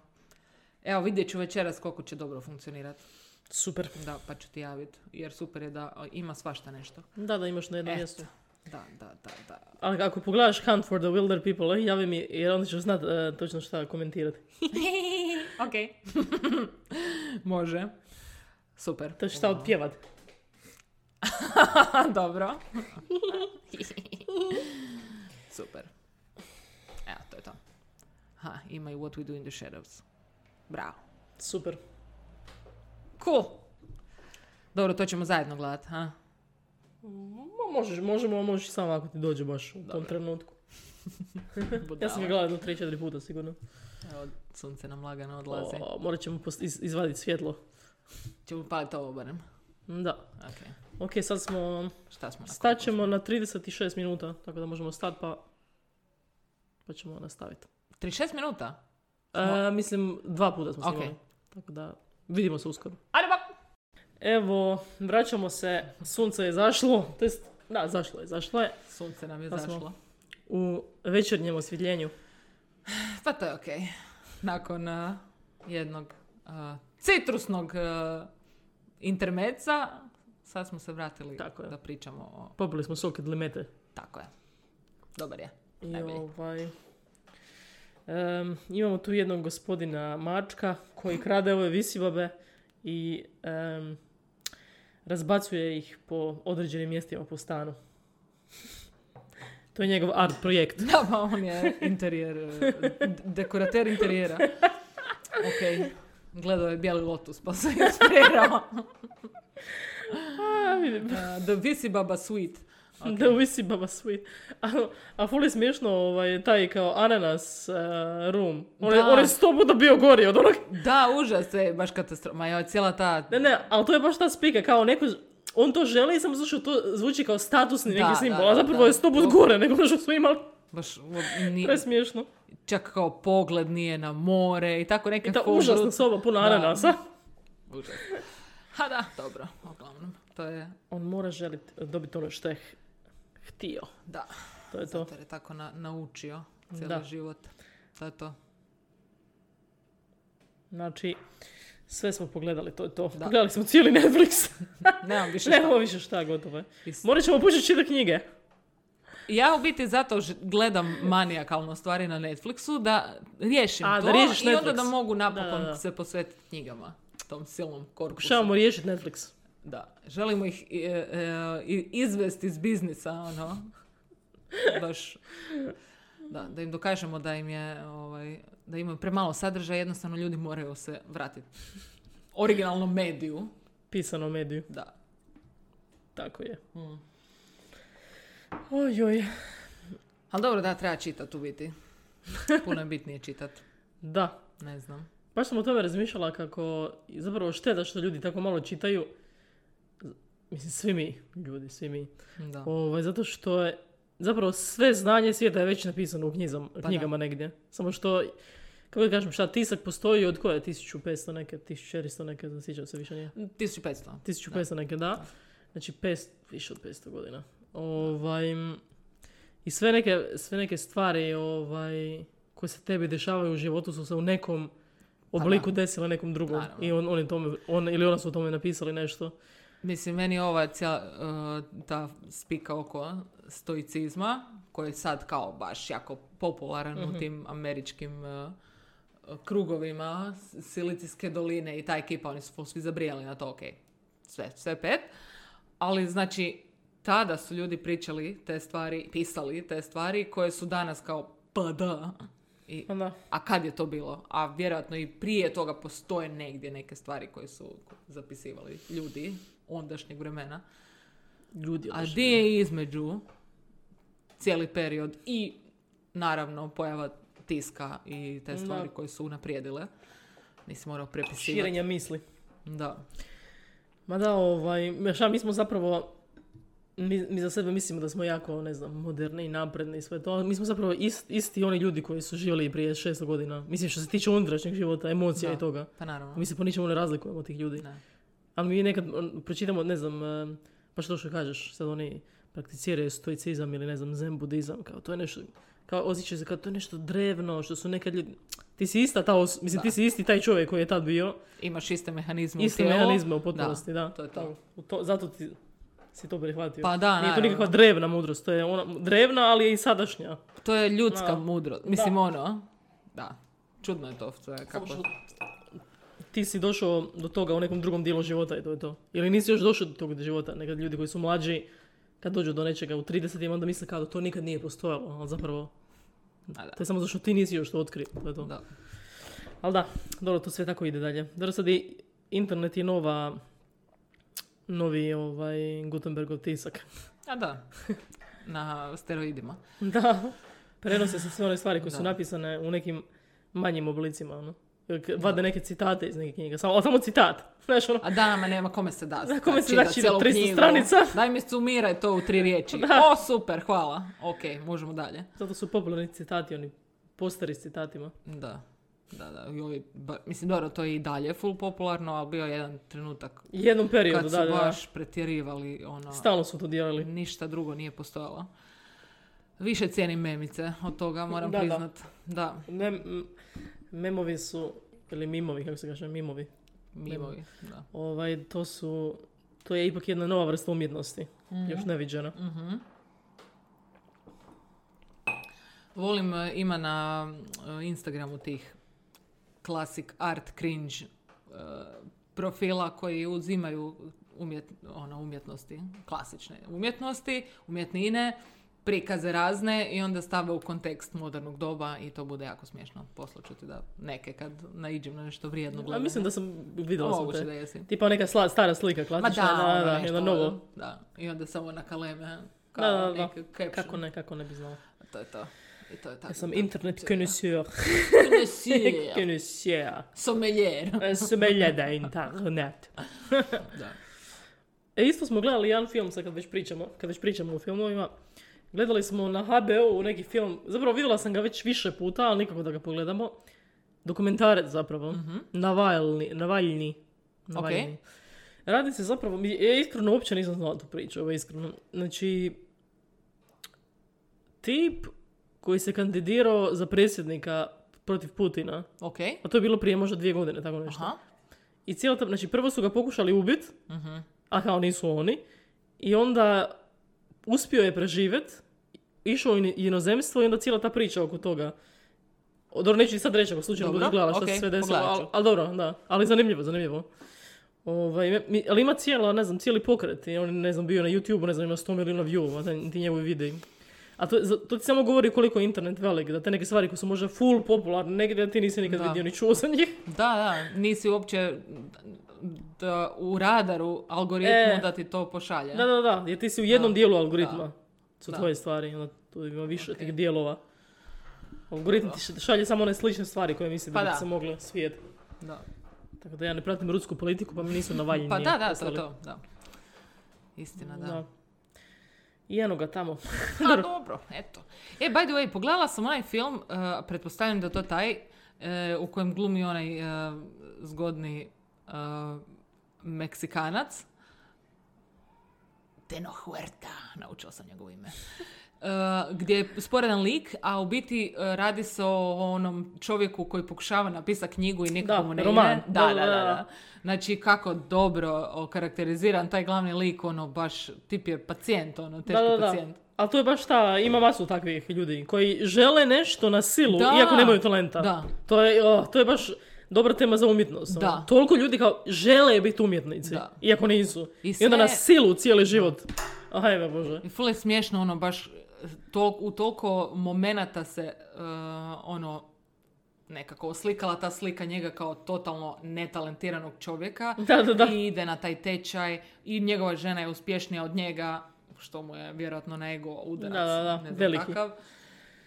S2: Evo, vidjet ću večeras koliko će dobro funkcionirati.
S1: Super.
S2: Da, pa ću ti javit, jer super je da o, ima svašta nešto.
S1: Da, da, imaš na jednom
S2: Eto.
S1: mjestu.
S2: Da, da, da, da.
S1: Ali ako pogledaš Hunt for the Wilder People, eh, javi mi, jer onda ćeš znat eh, točno šta komentirati.
S2: ok. Može. Super.
S1: To je šta odpjevat.
S2: Dobro. Super. Evo, to je to. Ha, ima i What We Do in the Shadows. Bravo.
S1: Super.
S2: Cool. Dobro, to ćemo zajedno gledat, ha?
S1: Mo- možeš, možemo, možeš i samo ako ti dođe baš u tom trenutku. Ja sam ga gledala jedno 3-4 puta sigurno.
S2: Evo, sunce nam lagano odlazi.
S1: O, morat ćemo post- iz- izvaditi svjetlo.
S2: Će upaliti ovo barem.
S1: Da.
S2: Ok.
S1: Ok, sad smo...
S2: Šta smo na
S1: Stat ćemo na 36 minuta, tako da možemo stat pa... Pa ćemo nastaviti.
S2: 36 minuta?
S1: E, mislim, dva puta smo
S2: Ok.
S1: snimali. Tako da, vidimo se uskoro.
S2: Ali bak!
S1: Evo, vraćamo se. Sunce je zašlo. To jest, da, zašlo je, zašlo je.
S2: Sunce nam je
S1: Da smo.
S2: zašlo.
S1: U večernjem osvjetljenju.
S2: Pa to je okej. Nakon uh, jednog uh, citrusnog uh, intermeca, sad smo se vratili
S1: Tako je.
S2: da pričamo o...
S1: Popili smo sok od limete.
S2: Tako je. Dobar je.
S1: I
S2: Najbolji.
S1: ovaj... em, imamo tu jednog gospodina Mačka koji krade ove visibabe i em, razbacuje ih po određenim mjestima po stanu. To je njegov art projekt.
S2: Da, pa on je interijer, eh, d- dekorater interijera. Ok, gledao je Bijeli lotus pa se inspirirao. Eh, The Visibaba Suite. Ok.
S1: Da uvisi baba sweet. A, a ful je smiješno ovaj, taj kao ananas eh, room. On, je,
S2: Da.
S1: on je sto puta bio gori od onog.
S2: Da, užas, je, baš katastrofa. Ma joj, cijela ta...
S1: Ne, ne, ali to je baš ta spika, kao neko, on to želi, samo zato što to zvuči kao statusni
S2: Da,
S1: neki simbol,
S2: da,
S1: a
S2: da,
S1: zapravo
S2: da.
S1: je sto put gore nego ono što smo imali,
S2: Baš, u- ni,
S1: presmiješno.
S2: čak kao pogled nije na more i tako neke
S1: I ta
S2: full
S1: užasna
S2: brut-
S1: soba puna
S2: ono- Da.
S1: ananasa.
S2: Užas. Ha da, dobro, uglavnom. To je,
S1: On mora želiti dobiti ono što je h- htio.
S2: da,
S1: To je to.
S2: zato jer je tako na, naučio cijeli
S1: Da.
S2: život. To je to.
S1: Znači, sve smo pogledali, to je to.
S2: Da.
S1: Pogledali smo cijeli Netflix.
S2: Nemam više šta.
S1: Nemamo više šta, gotovo je.
S2: Is-
S1: Morat ćemo početi čitati knjige.
S2: Ja u biti zato ž- gledam manijakalno stvari na Netflixu da riješim
S1: A,
S2: to
S1: da riješiš
S2: i onda
S1: Netflix.
S2: da mogu napokon
S1: Da, da, da.
S2: se posvetiti knjigama. Tom silnom korpusu.
S1: Pokušavamo riješiti Netflix.
S2: Da, želimo ih e, e, i- izvesti iz biznisa, ono. Baš. Da, da im dokažemo da im je, ovaj, da imaju premalo sadržaja, jednostavno ljudi moraju se vratiti originalnom mediju.
S1: Pisano mediju.
S2: Da.
S1: Tako je. Ojoj.
S2: Ali dobro, da, treba čitati u biti. Puno je bitnije čitati.
S1: Da.
S2: Ne znam.
S1: Baš sam o tome razmišljala kako je zapravo šteta što ljudi tako malo čitaju. Mislim, svi mi, ljudi, svi mi.
S2: Da.
S1: Ovaj, zato što je zapravo sve znanje svijeta je već napisano u knjizam,
S2: Pa da.
S1: knjigama negdje. Samo što, kako da kažem, šta, tisak postoji od koje? 1500 neke, 1400 neke, ne sjećam se više nije.
S2: 1500.
S1: 1500 neke, da. Znači, 500, više od 500 godina. Ovaj, m, I sve neke, sve neke stvari ovaj, koje se tebi dešavaju u životu su se u nekom obliku desile nekom drugom.
S2: Pa Naravno.
S1: I on, on je tome, on, ili ona su o tome napisali nešto.
S2: Mislim, meni je ova cijela eh, ta spika oko stoicizma, koji je sad kao baš jako popularan u tim američkim eh, krugovima S- Silicijske doline i ta ekipa, oni su full svi zabrijali na to, ok, sve, sve pet. Ali znači, tada su ljudi pričali te stvari, pisali te stvari koje su danas kao pa da. I,
S1: Onda,
S2: a kad je to bilo? A vjerojatno i prije toga postoje negdje neke stvari koje su zapisivali ljudi ondašnjeg vremena.
S1: ljudi
S2: A
S1: odeš-
S2: di je između cijeli period i naravno pojava tiska i te stvari
S1: Da.
S2: koje su unaprijedile. Nisi morao prepisivati.
S1: širenja misli.
S2: Da.
S1: Ma da, ovaj, ma šta, mi smo zapravo, mi, mi za sebe mislimo da smo jako, ne znam, moderni i napredni i sve to, ali mi smo zapravo ist- isti oni ljudi koji su živjeli i prije 600 godina. Mislim, što se tiče unutrašnjeg života, emocija
S2: Da.
S1: i toga.
S2: Pa naravno.
S1: Mi se po ničemu ne razlikujemo od tih ljudi.
S2: Ne.
S1: Ali mi nekad on, pročitamo, ne znam, e, pa što što kažeš, sad oni prakticiraju stoicizam ili ne znam, zen budizam, kao to je nešto, kao osjećaj se kao to je nešto drevno, što su nekad ljudi, ti si ista ta os- mislim,
S2: Da.
S1: ti si isti taj čovjek koji je tad bio,
S2: Imaš iste mehanizme
S1: Iste
S2: u tijelu.
S1: mehanizme u potpunosti, da.
S2: to je to.
S1: U to- zato ti si to prihvatio.
S2: Pa da,
S1: Nije to
S2: naravno.
S1: nikakva drevna mudrost, to je ona drevna, ali je i sadašnja.
S2: To je ljudska
S1: Da.
S2: mudrost. Mislim, ono, da. Čudno je to sve kako...
S1: Ti si došao do toga u nekom drugom dijelu života i to je to. Ili nisi još došao do tog života. Nekad ljudi koji su mlađi, kad dođu do nečega u 30-ima, onda misle kao da to nikad nije postojalo, ali zapravo...
S2: A da.
S1: To je samo zato što ti nisi još to otkrio, to je to.
S2: Da.
S1: Ali da, dobro, to sve tako ide dalje. Dobro, sad i internet je nova... Novi ovaj, Gutenbergov tisak.
S2: A da, na steroidima.
S1: Da, prenose se sve one stvari koje su
S2: Da.
S1: napisane u nekim manjim oblicima, ono. k- vade neke citate iz neke knjige. Samo, ali samo citat. Znaš, ono,
S2: A danama nema kome se da.
S1: Da, kome se da čitat
S2: čitat cijelu
S1: 300
S2: knjigu.
S1: stranica.
S2: Daj mi sumiraj to u tri riječi. O, super, hvala. Ok, možemo dalje.
S1: zato su popularni citati, oni postari s citatima.
S2: Da. Da, da. joj, ba- mislim, dobro, to je i dalje full popularno, ali bio je jedan trenutak
S1: Jednom periodu,
S2: kad su
S1: da, da, da.
S2: baš pretjerivali ono,
S1: Stalno su to dijelili.
S2: ništa drugo nije postojalo. Više cijenim memice od toga, moram
S1: Da, da.
S2: priznat. Da,
S1: Mem, m- memovi su, ili mimovi, kako se kaže, mimovi.
S2: mimovi. Da.
S1: Ovaj, to su, to je ipak jedna nova vrsta umjetnosti.
S2: Mhm.
S1: Još neviđena.
S2: Volim, e, ima na e, Instagramu tih klasik art cringe e, profila koji uzimaju umjet, ono, umjetnosti, klasične umjetnosti, umjetnine, prikaze razne i onda stave u kontekst modernog doba i to bude jako smiješno. Poslat ću ti da neke kad naiđem na nešto vrijedno
S1: A
S2: gledam.
S1: mislim da sam vidjela sam
S2: Moguće
S1: te.
S2: da jesi.
S1: Tipa neka sla, stara slika
S2: Ma
S1: klasična,
S2: da,
S1: da,
S2: ono
S1: da,
S2: nešto,
S1: jedno novo.
S2: Da, i onda samo na kaleme kao
S1: Da, da, da.
S2: neki caption.
S1: Kako ne, kako ne bi znala.
S2: To je to. I to je tako.
S1: Ja sam
S2: Da.
S1: internet connoisseur.
S2: Connoisseur.
S1: Connoisseur.
S2: Sommelier.
S1: Smelje da internet.
S2: Da.
S1: E, isto smo gledali jedan film, sad kad već pričamo, kad već pričamo o filmovima. Gledali smo na HBO neki film, zapravo vidjela sam ga već više puta, ali nikako da ga pogledamo. Dokumentarac zapravo, Navalni, Navaljni. Navaljni. Radi se zapravo, mi- ja iskreno uopće nisam znala tu priču, ovo je iskreno. Znači, tip koji se kandidirao za predsjednika protiv Putina,
S2: Ok.
S1: a to je bilo prije možda dvije godine, tako nešto.
S2: Aha.
S1: I cijelo to, znači prvo su ga pokušali ubit, a kao nisu oni. I onda uspio je preživjet, išao u in- inozemstvo i onda cijela ta priča oko toga. O, Dobro, neću ti sad reći ako slučajno
S2: Dobro,
S1: budeš gledala što
S2: okej,
S1: se sve desilo,
S2: pogledat
S1: ali
S2: ću.
S1: al dobro, da. Ali zanimljivo, zanimljivo. Ovaj, mi- ali ima cijela, ne znam, cijeli pokret. I on, je, ne znam, bio na YouTube, ne znam, ima 100 milijuna view, taj, ti njegovi videi. A to, za- to ti samo govori koliko je internet velik, da te neke stvari koje su možda full popularne, negdje da ti nisi nikad
S2: Da.
S1: vidio ni čuo za njih.
S2: Da, da. Nisi uopće da, u radaru algoritmu
S1: E.
S2: da ti to pošalje.
S1: Da, da, da, jer ti si u jednom dijelu algoritma.
S2: Da.
S1: Su
S2: Da.
S1: tvoje stvari, onda tu ima više
S2: Ok.
S1: tih dijelova. Algoritm ti š- šalje samo one slične stvari koje misli
S2: Pa
S1: da,
S2: da.
S1: bi se mogle svijet.
S2: Da.
S1: Tako da ja ne pratim rusku politiku pa mi nisu navaljeni.
S2: Pa da, da, to je
S1: poslali.
S2: to. Da. Istina, da.
S1: Da. I eno ga tamo.
S2: A, dobro, eto. E, by the way, pogledala sam onaj film, eh, pretpostavljam da je to taj, eh, u kojem glumi onaj eh, zgodni eh, Meksikanac. Teno Huerta, naučila sam njegovo ime. Eh, gdje je sporedan lik, a u biti eh, radi se o onom čovjeku koji pokušava napisati knjigu i nikako
S1: Da,
S2: mu ne
S1: roman.
S2: ide. Da, da,
S1: Da,
S2: da,
S1: da, da.
S2: da. Znači, kako dobro okarakteriziran taj glavni lik, ono, baš, tip je pacijent, ono, teški
S1: da, da, da.
S2: pacijent.
S1: Ali to je baš ta, ima masu takvih ljudi koji žele nešto na silu,
S2: Da.
S1: iako nemaju talenta.
S2: Da.
S1: To je, o, to je baš dobra tema za umjetnost. ono.
S2: Da.
S1: Toliko ljudi kao žele biti umjetnici,
S2: Da.
S1: iako nisu.
S2: I
S1: I, onda
S2: sve-
S1: na silu cijeli život. Ajme bože.
S2: I ful je smiješno, ono, baš tol- u toliko momenata se, eh, ono, nekako oslikala ta slika njega kao totalno netalentiranog čovjeka.
S1: Da, da, da.
S2: I ide na taj tečaj i njegova žena je uspješnija od njega, što mu je vjerojatno na ego udarac.
S1: Da, da, da,
S2: ne znam
S1: veliki.
S2: kakav.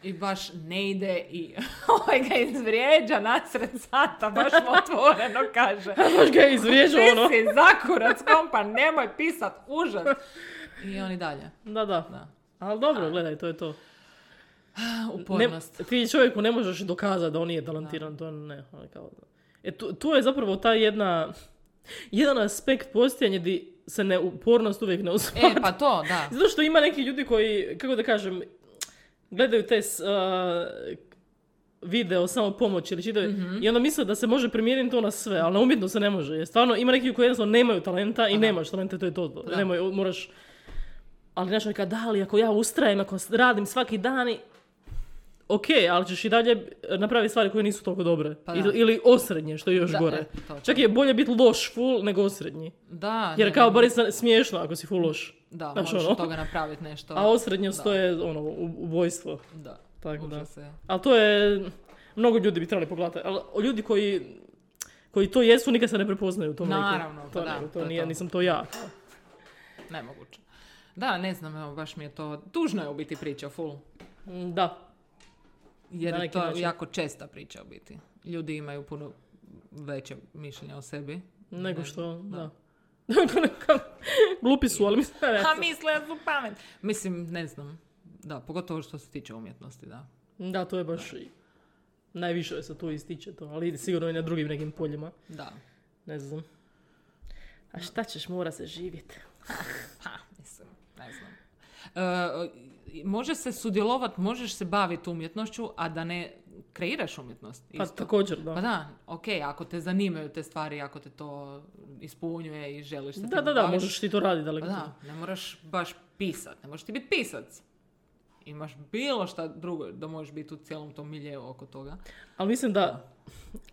S2: I baš ne ide i ovaj ga izvrijeđa nasred sata, baš mu otvoreno kaže.
S1: Baš ga je izvrijeđao ono.
S2: Ti si zakurac kompa, nemoj pisat, užas. I on i dalje,
S1: Da, da.
S2: da.
S1: Ali dobro, gledaj, to je to. Ne,
S2: Upornost. E,
S1: ti čovjeku ne možeš dokazati da on nije talentiran, to ne. ali kao- E, tu, tu je zapravo ta jedna, jedan aspekt postojanja di se ne, upornost uvijek ne usmatra.
S2: E, pa to, da.
S1: Zato što ima neki ljudi koji, kako da kažem, gledaju te s- a, video samo pomoć ili čitaju
S2: Mhm.
S1: i onda misle da se može primijeniti to na sve, ali na umjetno se ne može. Jer stvarno ima neki koji jednostavno nemaju talenta i nemaš talenta, to je to.
S2: Da.
S1: Nemoj, moraš... Ali znaš, neka da, ali ako ja ustrajem, ako s- radim svaki dan i... Ok, ali ćeš i dalje napraviti stvari koje nisu toliko dobre.
S2: Pa da.
S1: ili, ili osrednje, što je još
S2: Da,
S1: gore.
S2: e, to, to.
S1: Čak je bolje biti loš full nego osrednji.
S2: Da,
S1: Jer
S2: ne,
S1: kao,
S2: ne,
S1: bar je sa- smiješno ako si full loš.
S2: Da,
S1: znaš,
S2: možeš
S1: ono.
S2: od toga napraviti nešto.
S1: A osrednje stoje ono, u- ubojstvo.
S2: Da,
S1: Tako da.
S2: užas je.
S1: Ali to je, mnogo ljudi bi trebali pogledati, ali ljudi koji, koji to jesu nikad se ne prepoznaju u tom liku.
S2: Naravno,
S1: to,
S2: pa da,
S1: nego, to,
S2: to je
S1: nije,
S2: to.
S1: nisam to ja.
S2: Nemoguće. Da, ne znam, evo, baš mi je to... Tužno je u biti priča, full.
S1: Mm, Da,
S2: Jer
S1: Na
S2: je
S1: neki
S2: to
S1: način.
S2: jako česta priča u biti. Ljudi imaju puno veće mišljenje o sebi.
S1: Nego
S2: Ne-
S1: što, da.
S2: da.
S1: Glupi su, ali mislim da ne.
S2: Ha, misle da su pamet. Mislim, ne znam. Da, pogotovo što se tiče umjetnosti, da.
S1: Da, to je baš... i- Najviše se tu ističe to, ali sigurno i na drugim nekim poljima.
S2: Da.
S1: Ne znam. A šta ćeš, mora se živjeti.
S2: Pa, mislim, ne znam. E, i- može se sudjelovat, možeš se baviti umjetnošću, a da ne kreiraš umjetnost.
S1: Pa
S2: isto.
S1: također,
S2: Pa
S1: da.
S2: da, ok, ako te zanimaju te stvari, ako te to ispunjuje i želiš se
S1: Da,
S2: time
S1: da, da,
S2: bavit,
S1: možeš ti to raditi
S2: Pa
S1: daleko.
S2: da, ne moraš baš pisat, ne možeš ti biti pisac. Imaš bilo šta drugo da možeš biti u cijelom tom miljeu oko toga.
S1: Ali mislim da,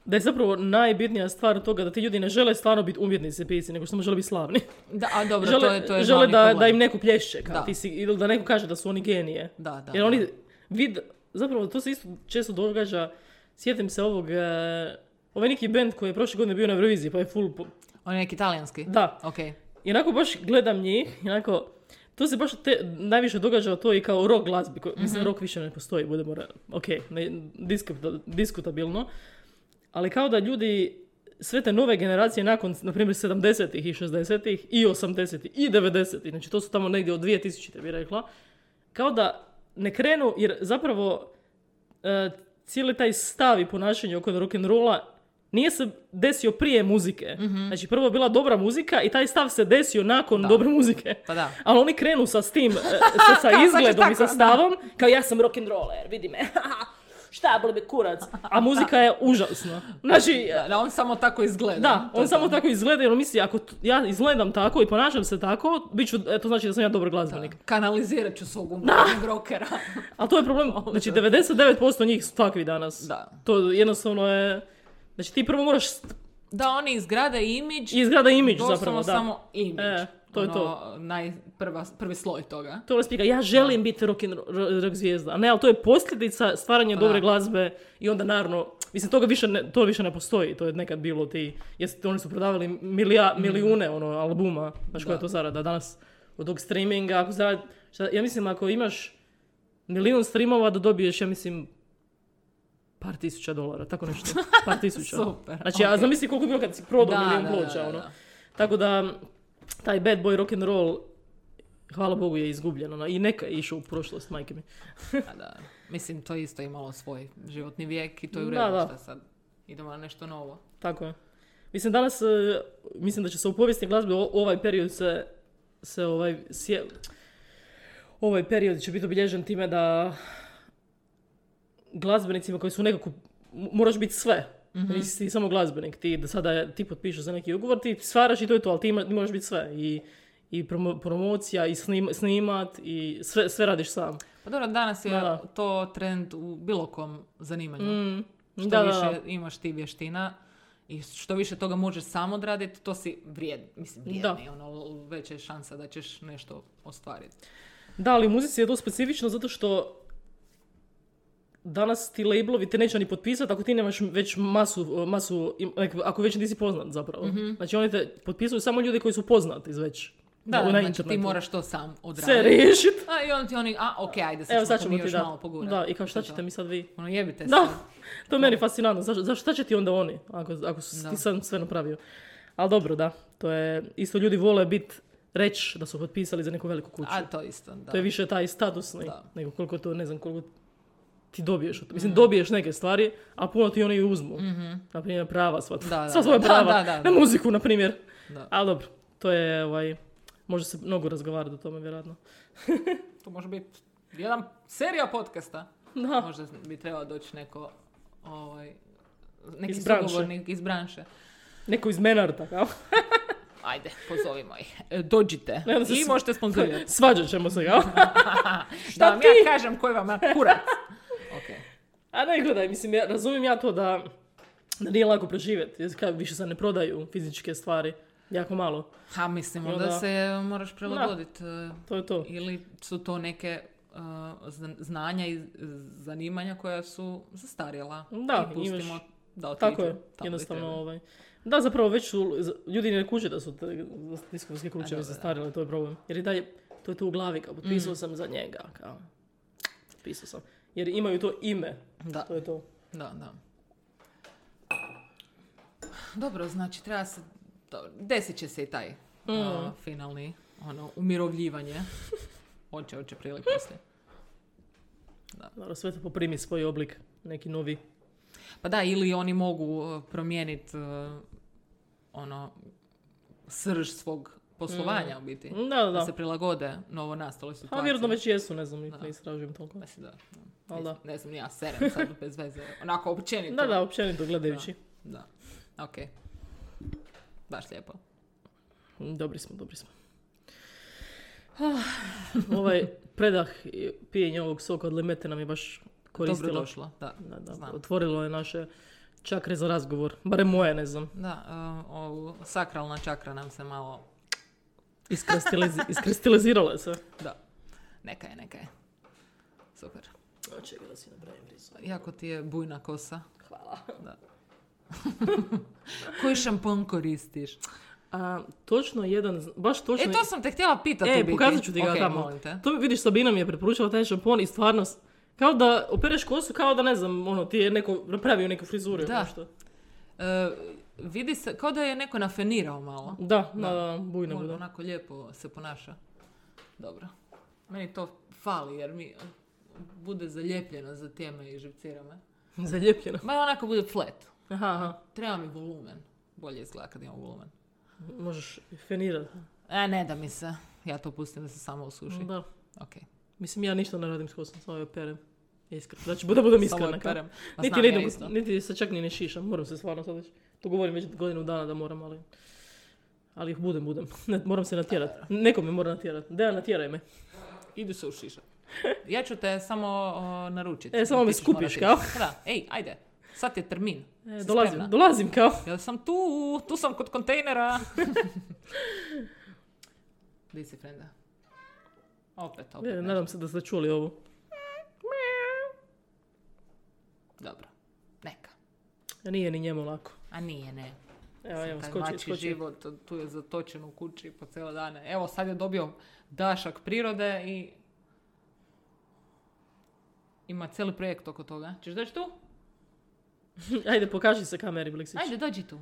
S1: da je zapravo najbitnija stvar toga da ti ljudi ne žele stvarno biti umjetnici pisci, nego samo žele biti slavni.
S2: Da, a dobro,
S1: žele
S2: to je, to je
S1: žele
S2: glavni
S1: da,
S2: problem.
S1: da im neko plješće, kao
S2: Da.
S1: ti si, ili da neko kaže da su oni genije.
S2: Da, da.
S1: Jer oni, vid, zapravo to se isto često događa, sjetim se ovog, eh, ovaj neki band koji je prošle godine bio na Euroviziji, pa je full, po-
S2: On je neki talijanski?
S1: da,
S2: Ok.
S1: I onako baš gledam njih, i onako, to se baš te, najviše događa to i kao rock glazbi, ko, mislim
S2: Mhm.
S1: rock više ne postoji, budemo, re- ok, ne, diskuta- diskutabilno, ali kao da ljudi, sve te nove generacije nakon, na primjer, 70-ih i 60-ih i 80-ih i 90-ih, znači to su tamo negdje od 2000-te bi rekla, kao da ne krenu jer zapravo e, cijeli taj stav i ponašanje oko rock'n'rolla nije se desio prije muzike. Znači prvo je bila dobra muzika i taj stav se desio nakon dobre muzike.
S2: Pa da.
S1: Ali oni krenu sa s tim, e, sa, sa
S2: Kao, sad će
S1: izgledom i sa
S2: tako, da.
S1: stavom, kao ja sam rock'n'roller, vidi me. Šta, boli me kurac. A muzika je užasna. Znači,
S2: Da, da, on samo tako izgleda.
S1: da,
S2: To
S1: on
S2: je
S1: samo
S2: to.
S1: tako izgleda jer on misli, ako t- ja izgledam tako i ponašam se tako, bit ću, e, to znači da sam ja dobar glazbenik.
S2: Kanalizirat ću svog umjetnog rokera.
S1: Ali to je problem, znači 99% njih su takvi danas.
S2: Da.
S1: To jednostavno je, znači ti prvo moraš st-
S2: Da, oni izgrade imidž.
S1: i izgrada imidž
S2: doslovno
S1: zapravo, da.
S2: samo imidž.
S1: E, to je
S2: Ono,
S1: to.
S2: naj, prva, prvi sloj toga.
S1: To je spika, ja želim biti rock, and ro- rock zvijezda. A ne, ali to je posljedica stvaranja dobre
S2: da.
S1: glazbe i onda naravno, mislim, toga više ne, to više ne postoji. To je nekad bilo ti, jesi, oni su prodavali milija, milijune ono, albuma, znaš koja
S2: Mm. Da.
S1: to zarada danas od tog streaminga, ako zarad, šta, ja mislim, ako imaš milijun streamova da dobiješ, ja mislim, par tisuća dolara, tako nešto, par tisuća.
S2: Super,
S1: Znači, ja
S2: okej.
S1: zamisli koliko je bilo kad si prodao
S2: Da,
S1: milijun
S2: da, da,
S1: ploča,
S2: da,
S1: ono.
S2: da.
S1: Tako da, taj bad boy rock and roll, hvala Bogu, je izgubljen. ono, I neka je išao u prošlost, majke mi.
S2: Da, da. Mislim, to je isto imalo svoj životni vijek i to je u
S1: Da,
S2: redu
S1: da.
S2: šta sad. Idemo na nešto novo.
S1: Tako je. Mislim, danas, e, mislim da će se u povijesti glazbe o- ovaj period se, se ovaj, sje- ovaj period će biti obilježen time da glazbenicima koji su nekako, m- moraš biti sve. Nisi ti samo glazbenik, ti da sada ti potpišeš za neki ugovor, ti stvaraš i to je to, ali ti ima- ti moraš biti sve. I, i promo- promocija, i snim- snimat, i sve, sve radiš sam.
S2: Pa dobro, danas je
S1: Da, da.
S2: to trend u bilo kom zanimanju.
S1: Mm,
S2: Što
S1: da, da,
S2: više
S1: da.
S2: imaš ti vještina i što više toga možeš sam odraditi, to si vrijedni. Mislim, vrijedni. Ono, l- veća je šansa da ćeš nešto ostvariti.
S1: Da, ali u muzici je to specifično zato što danas ti labelovi te neće ni potpisati ako ti nemaš već masu, masu im- nek- ako već nisi poznat zapravo.
S2: Mhm.
S1: Znači oni te potpisuju samo ljudi koji su poznati već.
S2: Da,
S1: na
S2: znači ti
S1: internetu.
S2: moraš to sam
S1: sve
S2: odraditi.
S1: riješit.
S2: A i onda ti oni, a ok, ajde, sad
S1: Evo
S2: ćemo
S1: sad
S2: to
S1: ćemo
S2: mi
S1: ti
S2: još malo
S1: da.
S2: pogurati.
S1: Da, i kao šta
S2: To je
S1: ćete
S2: to.
S1: mi sad vi?
S2: Ono, jebite se.
S1: Da, to je meni fascinantno. Zašto, zašto šta će ti onda oni ako, ako si
S2: Da.
S1: ti sam sve napravio? Ali dobro, da. To je, isto ljudi vole bit, reći da su potpisali za neku veliku kuću.
S2: A to isto, da.
S1: To je više taj statusni,
S2: Da. Mhm.
S1: nego koliko to, ne znam, koliko ti dobiješ. od- Mislim, dobiješ neke stvari, a puno ti oni i uzmu. Na primjer, prava sva,
S2: Da, da,
S1: sva svoja
S2: da.
S1: prava.
S2: Da, da, da.
S1: Na muziku, na primjer.
S2: Da.
S1: Ali dobro, to je, ovaj, može se mnogo razgovarati o tome, vjerojatno.
S2: To može biti jedan serija podcasta.
S1: Da.
S2: Možda bi trebao doći neko, ovaj, neki
S1: Iz branše.
S2: sugovornik iz branše.
S1: Neko iz Menarta, kao.
S2: Ajde, pozovimo ih. E, Dođite.
S1: Ne, onda se
S2: I
S1: s-
S2: možete sponzorirati.
S1: Svađat ćemo se, kao.
S2: Šta da vam
S1: ti?
S2: ja kažem koji vam je kurac. ok.
S1: A ne, gledaj, mislim, ja, razumijem ja to da, da nije lako preživjeti. jer Kao, više se ne prodaju fizičke stvari. Jako malo.
S2: Ha, mislim,
S1: I onda-
S2: onda, se moraš prilagoditi. e,
S1: To je to.
S2: Ili su to neke e, zna- znanja i zanimanja koja su zastarjela.
S1: Da,
S2: I pustimo
S1: imaš-
S2: da otiđu
S1: Tako je,
S2: tamo gdje
S1: jednostavno
S2: trebaju.
S1: ovaj. Da, zapravo već su, za- ljudi ne kuže da su te diskografske
S2: A,
S1: kuće
S2: da, da,
S1: već
S2: da. Mm.
S1: zastarile, to je problem. Jer i dalje, to je tu u glavi, kao potpisao sam za njega, kao, potpisao sam. Jer imaju to ime,
S2: Da,
S1: to je to.
S2: da, da. Dobro, znači treba se, dobro, desit će se i taj
S1: Mhm.
S2: a, finalni, ono, umirovljivanje. Hoće, hoće prilike poslije.
S1: Dobro, sve to poprimi svoj oblik, neki novi.
S2: Pa da, ili oni mogu promijeniti ono, srž svog poslovanja u biti.
S1: Mhm. Da, Pa, da,
S2: Da
S1: da.
S2: se prilagode novo nastale
S1: A
S2: situacije.
S1: vjerojatno već jesu, ne znam, ih ne istražujem toliko.
S2: Mislim da,
S1: Al da.
S2: da. Ne znam, ni ja serem sad bez veze. Onako, općenito.
S1: Da, da, općenito gledajući.
S2: Da. Ok. Baš lijepo.
S1: Mm, Dobri smo, dobri smo. Ah, ovaj predah i pijenje ovog soka od lemete nam je baš koristilo.
S2: Dobro došlo. Da.
S1: Da, da,
S2: Znam.
S1: Otvorilo je naše čakre za razgovor. Barem moje, ne znam.
S2: Da, e, ovu sakralna čakra nam se malo...
S1: Iskristiliz- Iskristaliziralo je se.
S2: Da. Neka je, neka je. Super.
S1: da si napravim
S2: Jako ti je bujna kosa.
S1: Hvala.
S2: Da. Koji šampon koristiš?
S1: A, točno jedan, z- baš točno...
S2: E, to sam te htjela pitati u
S1: E,
S2: biti.
S1: pokazat ću ti ga
S2: Ok,
S1: tamo.
S2: molim te.
S1: To mi vidiš, Sabina mi je preporučila taj šampon i stvarno, s- kao da opereš kosu, kao da ne znam, ono, ti je neko napravio neku frizuru ili
S2: Da.
S1: nešto.
S2: E, vidi se, kao da je neko nafenirao malo.
S1: Da, da, da, bujna
S2: On
S1: bude.
S2: onako lijepo se ponaša. Dobro. Meni to fali jer mi bude zalijepljeno za teme i živcira me.
S1: Zalijepljena.
S2: Ma onako bude flat.
S1: Aha, aha.
S2: Treba mi volumen. Bolje izgleda kad imam volumen.
S1: Možeš fenirati.
S2: E, ne da mi se. Ja to pustim da se samo osuši.
S1: Da.
S2: Ok.
S1: Mislim, ja ništa ne radim s kosom, samo je operem. Iskreno. Znači, da budem
S2: Samo
S1: iskrena.
S2: je
S1: kao.
S2: perem. Ma
S1: Niti,
S2: znam
S1: ne
S2: ja
S1: idem-
S2: isto.
S1: niti se čak ni ne šišam, moram se stvarno sad već. To govorim već godinu dana da moram, ali... Ali ih budem, budem. Ne, moram se natjerati. Neko me mora natjerati. Dejan, natjeraj me.
S2: Idi se ušišat. Ja ću te samo o, naručiti.
S1: E, samo me
S2: Ti ćeš morati
S1: skupiš,
S2: ići.
S1: kao?
S2: Da. Ej, ajde. Sad je termin.
S1: E,
S2: Si
S1: dolazim,
S2: spremna?
S1: dolazim kao.
S2: Ja sam tu, tu sam kod kontejnera. Di si, frenda? Opet, opet.
S1: E,
S2: nešto.
S1: nadam se da ste čuli ovo.
S2: Dobro. Neka.
S1: E, Nije ni njemu lako.
S2: A nije, ne.
S1: Evo, evo,
S2: Taj
S1: skoči,
S2: mači
S1: skoči.
S2: život, tu je zatočen u kući po cijelo dane. Evo, sad je dobio dašak prirode i... Ima cijeli projekt oko toga. Češ doći tu?
S1: Ajde, pokaži se kameri, Bliksić.
S2: Ajde, dođi tu.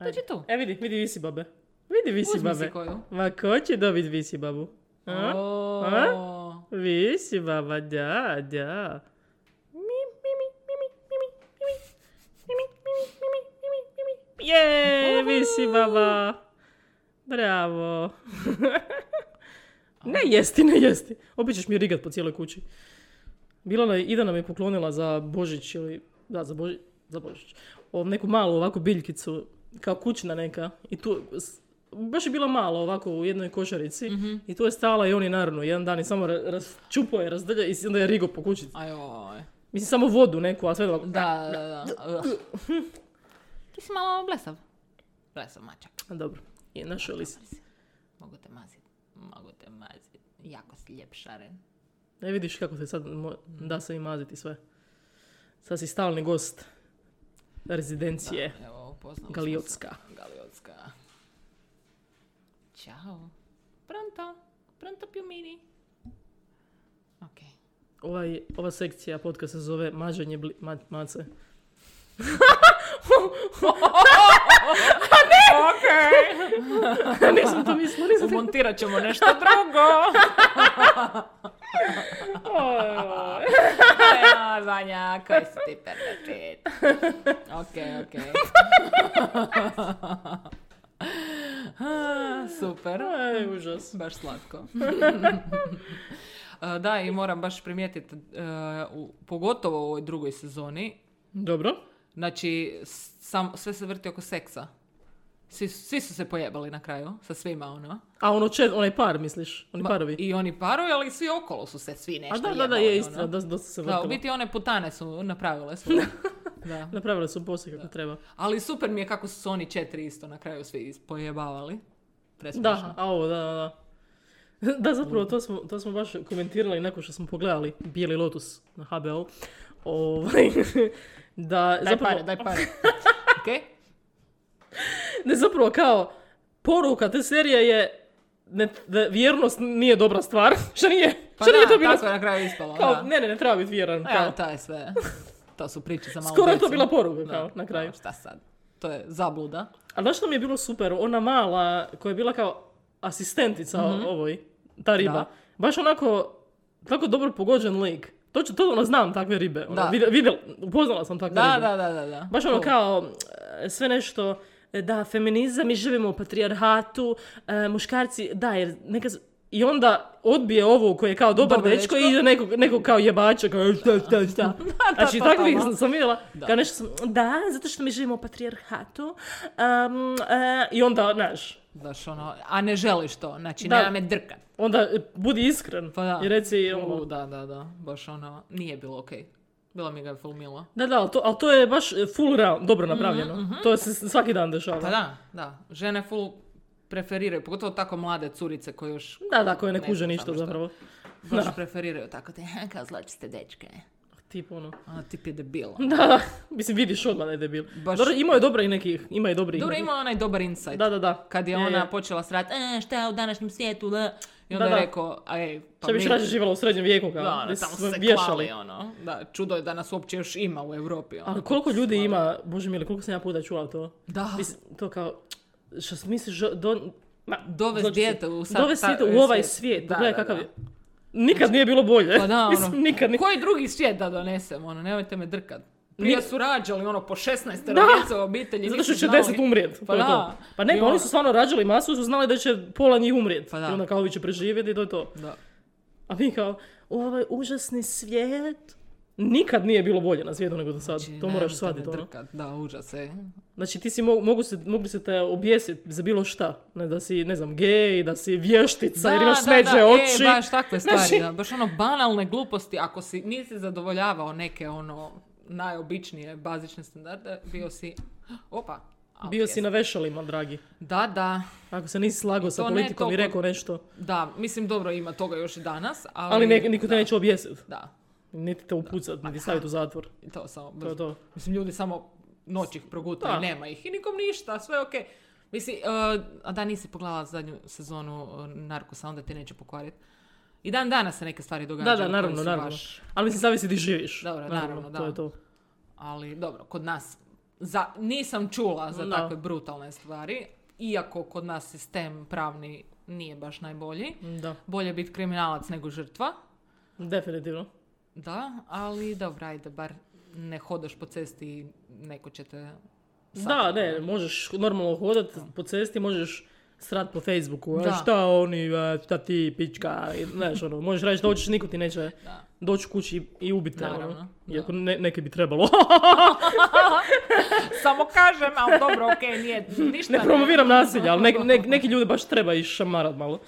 S2: Dođi tu.
S1: E, vidi, vidi visi babe. Vidi visi
S2: Uzmi si Ono
S1: babe.
S2: koju.
S1: Ma ko će dobit visi babu? A?
S2: O,
S1: A? Visi baba, da, da. Je, visi baba. Bravo. ne jesti, ne jesti. Opet ćeš mi rigat po cijeloj kući. Bilana je, Ida nam je poklonila za Božić ili, da, za Božić, za Božić. O, neku malu ovakvu biljkicu, kao kućna neka. I tu, s- baš je bila mala ovako u jednoj košarici. I tu je stala i on je naravno jedan dan i samo ra- rasčupao je, razdrljao i onda je rigo po kući.
S2: Ajoj.
S1: Mislim, samo vodu neku, a sve ovako.
S2: Da, da, da. Ugh. Ti si malo blesav. Blesav mačak.
S1: Dobro, je našao li si?
S2: Mogu te mazit. Mogu te mazit. Jako si lijep šaren.
S1: Ne vidiš kako se sad mo- da se i maziti sve. Sad si stalni gost rezidencije
S2: Evo, upoznali smo se.
S1: Galiotska.
S2: Galiotska. Ćao. Pronto. Pronto più mini. Ok.
S1: Ovaj, ova sekcija podcast se zove Mažanje bli- ma- mace.
S2: Ok.
S1: nisam to mislila, nisam to
S2: Montirat ćemo nešto drugo.
S1: Oj,
S2: Evo, Vanja, koji si ti pervertit. Ok, ok. Ah, Super.
S1: oj, oj, užas.
S2: Baš slatko. E, da, i moram baš primijetiti, e, u- pogotovo u ovoj drugoj sezoni,
S1: Dobro.
S2: znači s- sam, sve se vrti oko seksa. Svi, su- svi su se pojebali na kraju, sa svima ono.
S1: A ono čet, onaj par misliš? Oni
S2: Ma,
S1: parovi?
S2: I oni parovi, ali svi okolo su se svi nešto
S1: A da, da, da,
S2: jebali,
S1: je
S2: ono.
S1: istina, dosta, dosta se
S2: Da, u
S1: vrtilo.
S2: biti one putane su napravile su. da.
S1: Napravili su posao kako treba.
S2: Ali super mi je kako su se oni četiri isto na kraju svi ispojebavali. Presmiješno.
S1: Da, a ovo, da, da, da. Da, zapravo, to smo, to smo baš komentirali nakon što smo pogledali Bijeli Lotus na HBO. Ovaj, da,
S2: Daj
S1: zapravo,
S2: pare, daj pare. Okej?
S1: ne, zapravo kao poruka te serije je ne, da vjernost nije dobra stvar. Što nije?
S2: Pa
S1: što nije
S2: da,
S1: to bilo?
S2: tako je na kraju ispalo. da.
S1: Kao, ne, ne, ne treba biti vjeran.
S2: A Ja,
S1: Kao,
S2: to je sve. To su priče za malo
S1: skoro je to
S2: djecu.
S1: bila poruka,
S2: Da,
S1: kao, na kraju.
S2: da, šta sad? to je zabluda.
S1: A znaš što mi je bilo super? Ona mala koja je bila kao asistentica ovoj, ta riba.
S2: Mhm. Da.
S1: Baš onako, tako dobro pogođen lik. To, ću, to ono, znam takve ribe. Ono,
S2: Da.
S1: vidjel- vidjel- upoznala sam takve
S2: Da,
S1: ribe.
S2: da, da, da, da.
S1: Baš ono
S2: Cool.
S1: kao, e, sve nešto, e, da, feminizam, mi živimo u patrijarhatu, e, muškarci, da, jer neka... s- I onda odbije ovo koji je kao dobar
S2: Dobar
S1: dečko
S2: dečko.
S1: i ide nekog, nekog kao jebača, kao "Eh, šta, šta, šta.
S2: da,
S1: Znači,
S2: to,
S1: takvih
S2: to, to.
S1: sam, sam vidjela.
S2: Da.
S1: Kao nešto sam, da, zato što mi živimo u patrijarhatu. um, e, I onda, znaš,
S2: Znaš, ono, a ne želiš to, znači
S1: Da.
S2: nema me drkat.
S1: onda e, budi iskren
S2: Pa da.
S1: i reci ono,
S2: U,
S1: ovo.
S2: da, da, da, baš ono, nije bilo okej. Bilo mi ga je full milo.
S1: Da, da, ali to, ali to je baš e, full real, dobro napravljeno. To se s- svaki dan dešava.
S2: Mhm, Pa da, da, žene full preferiraju, pogotovo tako mlade curice koje još
S1: da, da, koje ne
S2: Ne
S1: kuže
S2: znam
S1: ništa
S2: samo šta.
S1: zapravo.
S2: baš preferiraju tako te, "Ha, kao zločiste dečke.
S1: Tip ono.
S2: Ono, tip je debil.
S1: Da, da, mislim vidiš odmah da je debil.
S2: Baš-
S1: Dobro, imao je dobra i nekih, ima i dobrih.
S2: Dobro,
S1: nekih.
S2: ima onaj dobar insight.
S1: Da, da, da.
S2: Kad je
S1: E,
S2: ona
S1: e.
S2: počela srat, e, šta u današnjem svijetu, da. I
S1: Da,
S2: onda
S1: da.
S2: je rekao, ej, pa
S1: Šta bi
S2: mi-
S1: rađe živjela u srednjem vijeku kao,
S2: Da, ono,
S1: gdje
S2: tamo
S1: smo
S2: su se
S1: vješali.
S2: klali, ono. Da, čudo je da nas uopće još ima u Europi. Ono.
S1: Ali koliko ljudi ima, bože mili, koliko sam ja puta čula to?
S2: Da. pa
S1: Mislim, to kao, što si misliš, do, ma,
S2: Dovest
S1: znači,
S2: dijete u sad
S1: dovest
S2: ta- e,
S1: dijete u ovaj
S2: svijet.
S1: svijet,
S2: Da,
S1: pogledaj
S2: da,
S1: kakav
S2: da.
S1: je. Nikad nije bilo bolje.
S2: Pa da, ono.
S1: Mislim, nikad nije.
S2: Koji drugi svijet da donesem, ono, nemojte me drkat.
S1: Ni-
S2: Prije su rađali, ono, po 16
S1: Da.
S2: djece u obitelji.
S1: Zato
S2: nisu
S1: što će
S2: znali.
S1: 10 umrijet.
S2: Pa
S1: to je
S2: da.
S1: to. Pa ne,
S2: I
S1: pa oni
S2: ono-
S1: su stvarno rađali masu, su znali da će pola njih umrijet.
S2: Pa da.
S1: I onda kao ovi će preživjeti i to je to.
S2: Da.
S1: A mi kao, u ovaj užasni svijet, nikad nije bilo bolje na svijetu nego do sad.
S2: Znači,
S1: to
S2: nemojte
S1: moraš
S2: me
S1: shvatiti. ono.
S2: drkat. Da, užas e. je.
S1: Znači, ti si mo- mogu se, mogli se te objesiti za bilo šta. Ne, da si, ne znam, gej, da si vještica, jer imaš smeđe
S2: da,
S1: oči.
S2: E, baš takve stvari,
S1: Znači-
S2: da. Baš ono banalne gluposti. Ako si, nisi zadovoljavao neke ono najobičnije bazične standarde, bio si... Opa! a,
S1: Bio si na vešalima, dragi.
S2: Da, da.
S1: Ako se nisi slagao sa
S2: To ne
S1: politikom i
S2: toliko-
S1: rekao nešto.
S2: Da, mislim dobro ima toga još i danas, ali...
S1: Ali ne, niko te
S2: da, Pa
S1: neće objesiti.
S2: Da,
S1: Niti te upucat, niti staviti u zatvor.
S2: i to samo
S1: To je to.
S2: Mislim, ljudi samo noć ih progutaju,
S1: Da.
S2: nema ih i nikom ništa, sve je okej. Mislim, eh, a da nisi pogledala zadnju sezonu eh, Narkosa, onda te neće pokvariti. I dan danas se neke stvari
S1: Da,
S2: događaju.
S1: da,
S2: koje
S1: naravno,
S2: su
S1: naravno.
S2: baš-
S1: Ali mislim, zavisi di živiš.
S2: Dobro, naravno, da.
S1: To je to.
S2: ali dobro, kod nas za, nisam čula za
S1: Da.
S2: takve brutalne stvari, iako kod nas sistem pravni nije baš najbolji.
S1: Da,
S2: Bolje biti kriminalac nego žrtva,
S1: definitivno.
S2: da, ali dobro, ajde, bar ne hodaš po cesti i neko će te...
S1: Da, ne, možeš normalno hodat po cesti, možeš srat po Facebooku, a
S2: Da.
S1: šta oni, a šta ti, pička, i, znaš, ono, možeš reći da hoćeš, niko ti neće
S2: Da.
S1: doći kući i- i ubiti te, ono.
S2: Naravno, da.
S1: iako ne, neke bi trebalo,
S2: Samo kažem, ali dobro, okej, nije ništa.
S1: ne promoviram nasilje, ali nek- nek- neki ljudi baš treba i šamarat malo.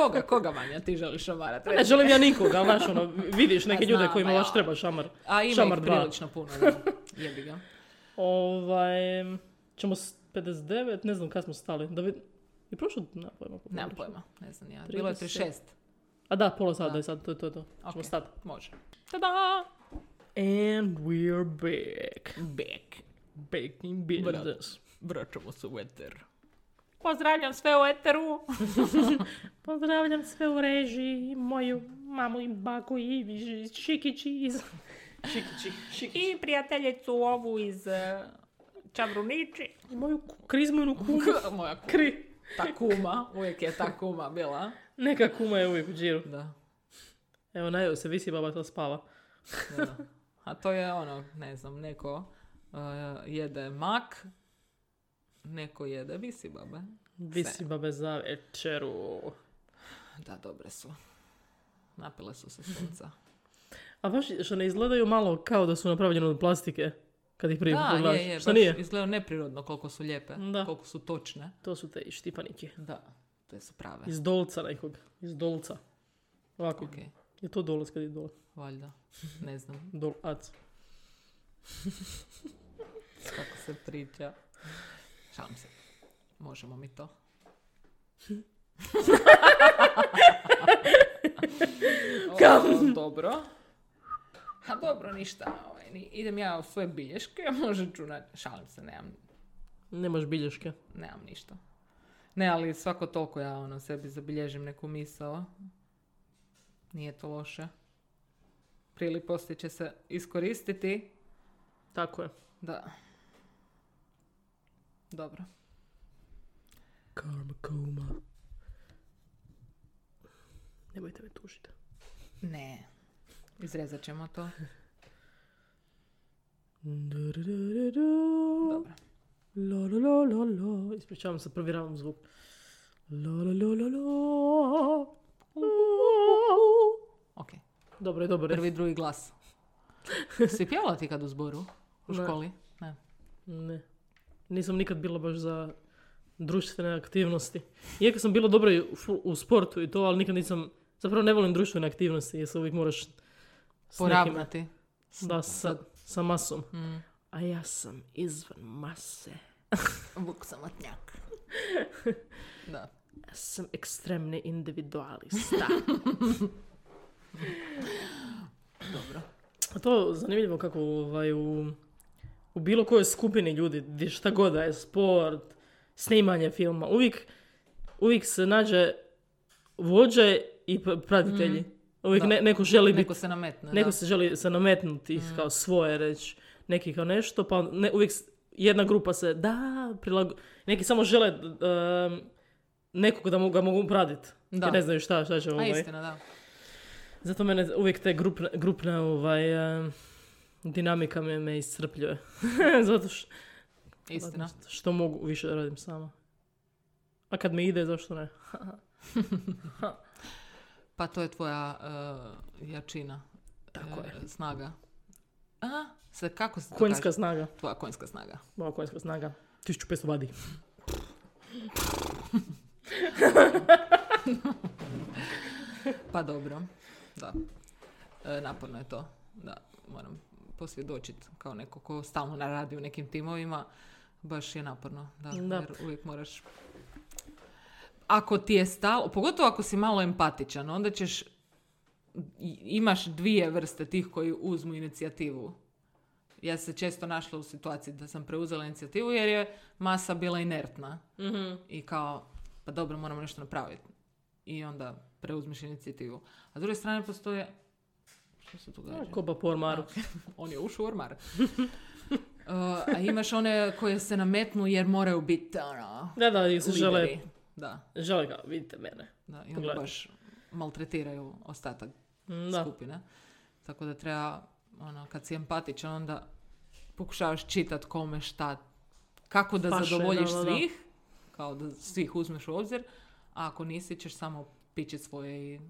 S2: Koga, koga manja ti želiš omarati?
S1: Pa Ne želim ja nikoga, ali znaš, ono, vidiš neke
S2: Pa
S1: ljude
S2: znam,
S1: kojima
S2: pa
S1: baš
S2: ja.
S1: treba šamar,
S2: A ima
S1: šamar
S2: ih
S1: dva.
S2: prilično puno, da. jebi ga.
S1: Ovaj, ćemo s 59, ne znam kad smo stali, da vid... Je prošlo, nema pojma.
S2: Nemam pojma, ne znam ja. Bilo je
S1: 30.
S2: 36.
S1: A da, pola sada je sad, to je to. je to. Ćemo
S2: Ok.
S1: stati.
S2: Može. Tada!
S1: And we're back.
S2: Back.
S1: Back in business.
S2: Vraćamo se u eter. Pozdravljam sve u eteru.
S1: Pozdravljam sve u režiji, moju mamu i baku i Šikići iz... Šikići, Šikići.
S2: I prijateljicu ovu iz e, Čavrunići.
S1: I moju ku- krizminu kumu.
S2: Moja ku-
S1: Kri.
S2: ta kuma. Uvijek je ta kuma bila.
S1: Neka kuma je uvijek u džiru.
S2: Da,
S1: Evo, najeo se visi, baba to spava.
S2: da, da. A to je ono, ne znam, neko eh, jede mak, neko jede visi babe.
S1: Visi babe za večeru.
S2: Da, dobre su. Napile su se sunca.
S1: A baš što ne izgledaju malo kao da su napravljene od plastike. Kad ih prije
S2: Da,
S1: pogledaš.
S2: je, je.
S1: Šta
S2: baš
S1: nije?
S2: Izgleda neprirodno koliko su lijepe,
S1: Da.
S2: koliko su točne.
S1: To su te štipanike.
S2: Da, te su prave.
S1: Iz dolca nekog. Iz dolca. Ovako.
S2: Ok,
S1: Je to dolac kad je dolac?
S2: valjda. Ne znam
S1: Dolac.
S2: kako se priča. Šalim se. Možemo mi to. O, dobro. Ha, dobro, ništa. Ovaj, ni- idem ja u svoje bilješke, možda ću na... Šalim se, nemam,
S1: Nemaš bilješke.
S2: nemam ništa. Ne, ali svako toliko ja ono sebi zabilježim neku misao. Nije to loše. Prije ili poslije će se iskoristiti.
S1: Tako je.
S2: Da. Dobro.
S1: Karma koma. Nemojte me tužiti.
S2: Ne. Izrezat ćemo to. Dobro.
S1: La la la la la. Ispričavam se, provjeravam zvuk. La la la la la.
S2: Ok.
S1: Dobro je, dobro je.
S2: Prvi, drugi glas. Si pjevala ti kad u zboru? U
S1: Ne.
S2: školi? Ne.
S1: Ne. Nisam nikad bila baš za društvene aktivnosti. Iako sam bila dobra i u, fu- u sportu i to, ali nikad nisam... Zapravo ne volim društvene aktivnosti jer se uvijek moraš s nekima-
S2: Poravnati.
S1: Da, sa, sa masom.
S2: Mm.
S1: A ja sam izvan mase.
S2: Vuk samotnjak. da.
S1: Ja sam ekstremni individualista.
S2: Dobro.
S1: A to zanimljivo kako ovaj, u, u bilo kojoj skupini ljudi, gdje šta god da je, sport, snimanje filma, uvijek, uvijek se nađe vođe i p- pratitelji. Uvijek
S2: Mhm. Da.
S1: ne- neko želi biti,
S2: Neko se nametne.
S1: neko
S2: da. Mm.
S1: se želi se nametnuti kao svoje reći, neki kao nešto, pa ne, uvijek s- jedna grupa se, da, prilago... neki samo žele um, nekog da mogu, ga mogu pratiti.
S2: Da.
S1: Jer ne znaju šta, šta će
S2: A
S1: ovaj.
S2: istina, da.
S1: Zato mene uvijek te grupne, grupna ovaj, em, dinamika me, me iscrpljuje. zato, š-
S2: Istina.
S1: zato što mogu, više radim sama. A kad mi ide, zašto ne?
S2: Pa to je tvoja eh, jačina.
S1: Tako
S2: eh,
S1: je.
S2: Snaga. A? Sve, kako se to
S1: Konjska
S2: kaže?
S1: snaga.
S2: Tvoja konjska snaga.
S1: Moja konjska snaga. 1500 vadi.
S2: Pa dobro. Da. E, naporno je to. Da, moram posvjedočiti kao neko ko stalno na- radi u nekim timovima. Baš je naporno. Da,
S1: Da.
S2: Jer uvijek moraš... Ako ti je stalo, pogotovo ako si malo empatičan, onda ćeš i- imaš dvije vrste tih koji uzmu inicijativu. Ja sam se često našla u situaciji da sam preuzela inicijativu jer je masa bila inertna i kao, pa dobro, moramo nešto napraviti. I onda preuzmeš inicijativu. A s druge strane postoje... Što se tu događa?
S1: Koba po ormaru.
S2: On je ušao u ormar. Uh, a imaš one koje se nametnu jer moraju biti ono,
S1: Da, da, i se žele,
S2: lideri. Da,
S1: žele ga, vidite mene.
S2: da, i onda
S1: Pogledaj.
S2: baš maltretiraju ostatak
S1: Mm, Da.
S2: skupine. Tako da treba, ono, kad si empatičan, onda pokušavaš čitat kome šta, kako da
S1: Paše,
S2: zadovoljiš
S1: da, da, da.
S2: svih, kao da svih uzmeš u obzir, a ako nisi ćeš samo pičit svoje i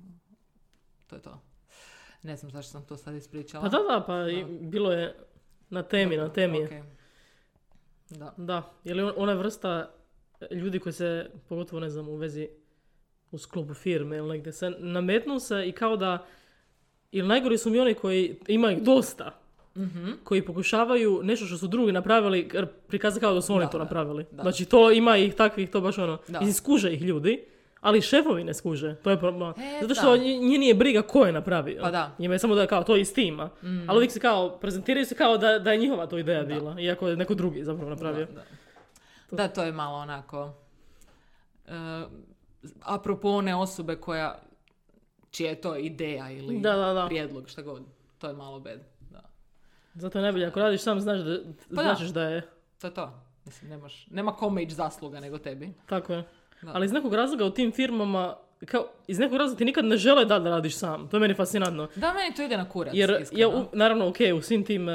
S2: to je to. Ne znam zašto sam to sad ispričala.
S1: Pa da, da, pa i bilo je na temi, na temi je.
S2: Ok. Da.
S1: Da, je li on- ona vrsta e, ljudi koji se, pogotovo ne znam, u vezi u sklopu firme ili negdje, se nametnu se i kao da, ili najgori su mi oni koji, ima ih dosta,
S2: Mhm.
S1: koji pokušavaju nešto što su drugi napravili kar- prikazati kao da su oni
S2: Da,
S1: to
S2: da,
S1: napravili.
S2: da.
S1: Znači to ima ih takvih, to baš ono,
S2: Da.
S1: i skuže ih ljudi, ali šefovi ne skuže, to je problem.
S2: E,
S1: Zato
S2: da.
S1: što nje- nje nije briga ko je napravio.
S2: Pa da.
S1: Njima je samo da kao to je iz tima. Ali uvijek se kao, prezentiraju se kao da, da je njihova to ideja
S2: Mm. Da.
S1: bila, iako je neko drugi zapravo napravio.
S2: Da, da. Da, to je malo onako... Uh, apropo one osobe koja... Čija je to ideja ili
S1: Da, da, da.
S2: prijedlog, šta god. To je malo bed. Da.
S1: Zato je najbolje, ako radiš sam znaš da,
S2: Pa da.
S1: značiš da je,
S2: To je to. Mislim, nemaš, nema kome ići zasluga nego tebi.
S1: tako je.
S2: Da.
S1: Ali iz nekog razloga u tim firmama, kao, iz nekog razloga ti nikad ne žele da, da radiš sam, to je meni fascinantno.
S2: Da, meni to ide na kurac,
S1: Jer,
S2: iskreno.
S1: ja, u- naravno, ok, u svim tim e,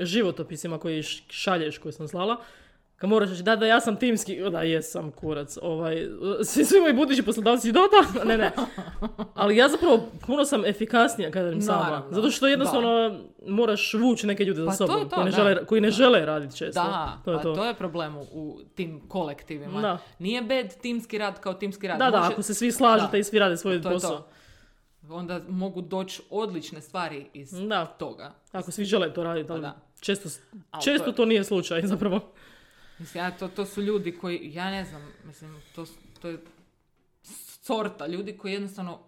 S1: životopisima koje š- šalješ, koje sam slala, kad moraš reći, da, da, ja sam timski, o, da, jesam kurac, ovaj, svi, svi moji budući poslodavci, da, da, ne, ne. Ali ja zapravo puno sam efikasnija kada radim sama,
S2: Naravno,
S1: zato što jednostavno moraš vući neke ljude za
S2: Pa to je
S1: sobom,
S2: to,
S1: koji ne,
S2: da.
S1: žele, koji ne žele raditi često.
S2: Da,
S1: to je
S2: pa
S1: to.
S2: to je problem u- u tim kolektivima.
S1: Da.
S2: Nije bed timski rad kao timski rad.
S1: Da, da,
S2: Može-
S1: ako se svi slažete
S2: da.
S1: i svi rade svoj
S2: to je
S1: posao.
S2: to. Onda mogu doći odlične stvari iz
S1: Da.
S2: toga.
S1: Ako svi žele to raditi, ali
S2: Pa da.
S1: često, s-
S2: Ali
S1: često
S2: to
S1: to,
S2: je-
S1: nije slučaj zapravo.
S2: Mislim, ja, to, to su ljudi koji, ja ne znam, mislim, to, s- to je sorta ljudi koji jednostavno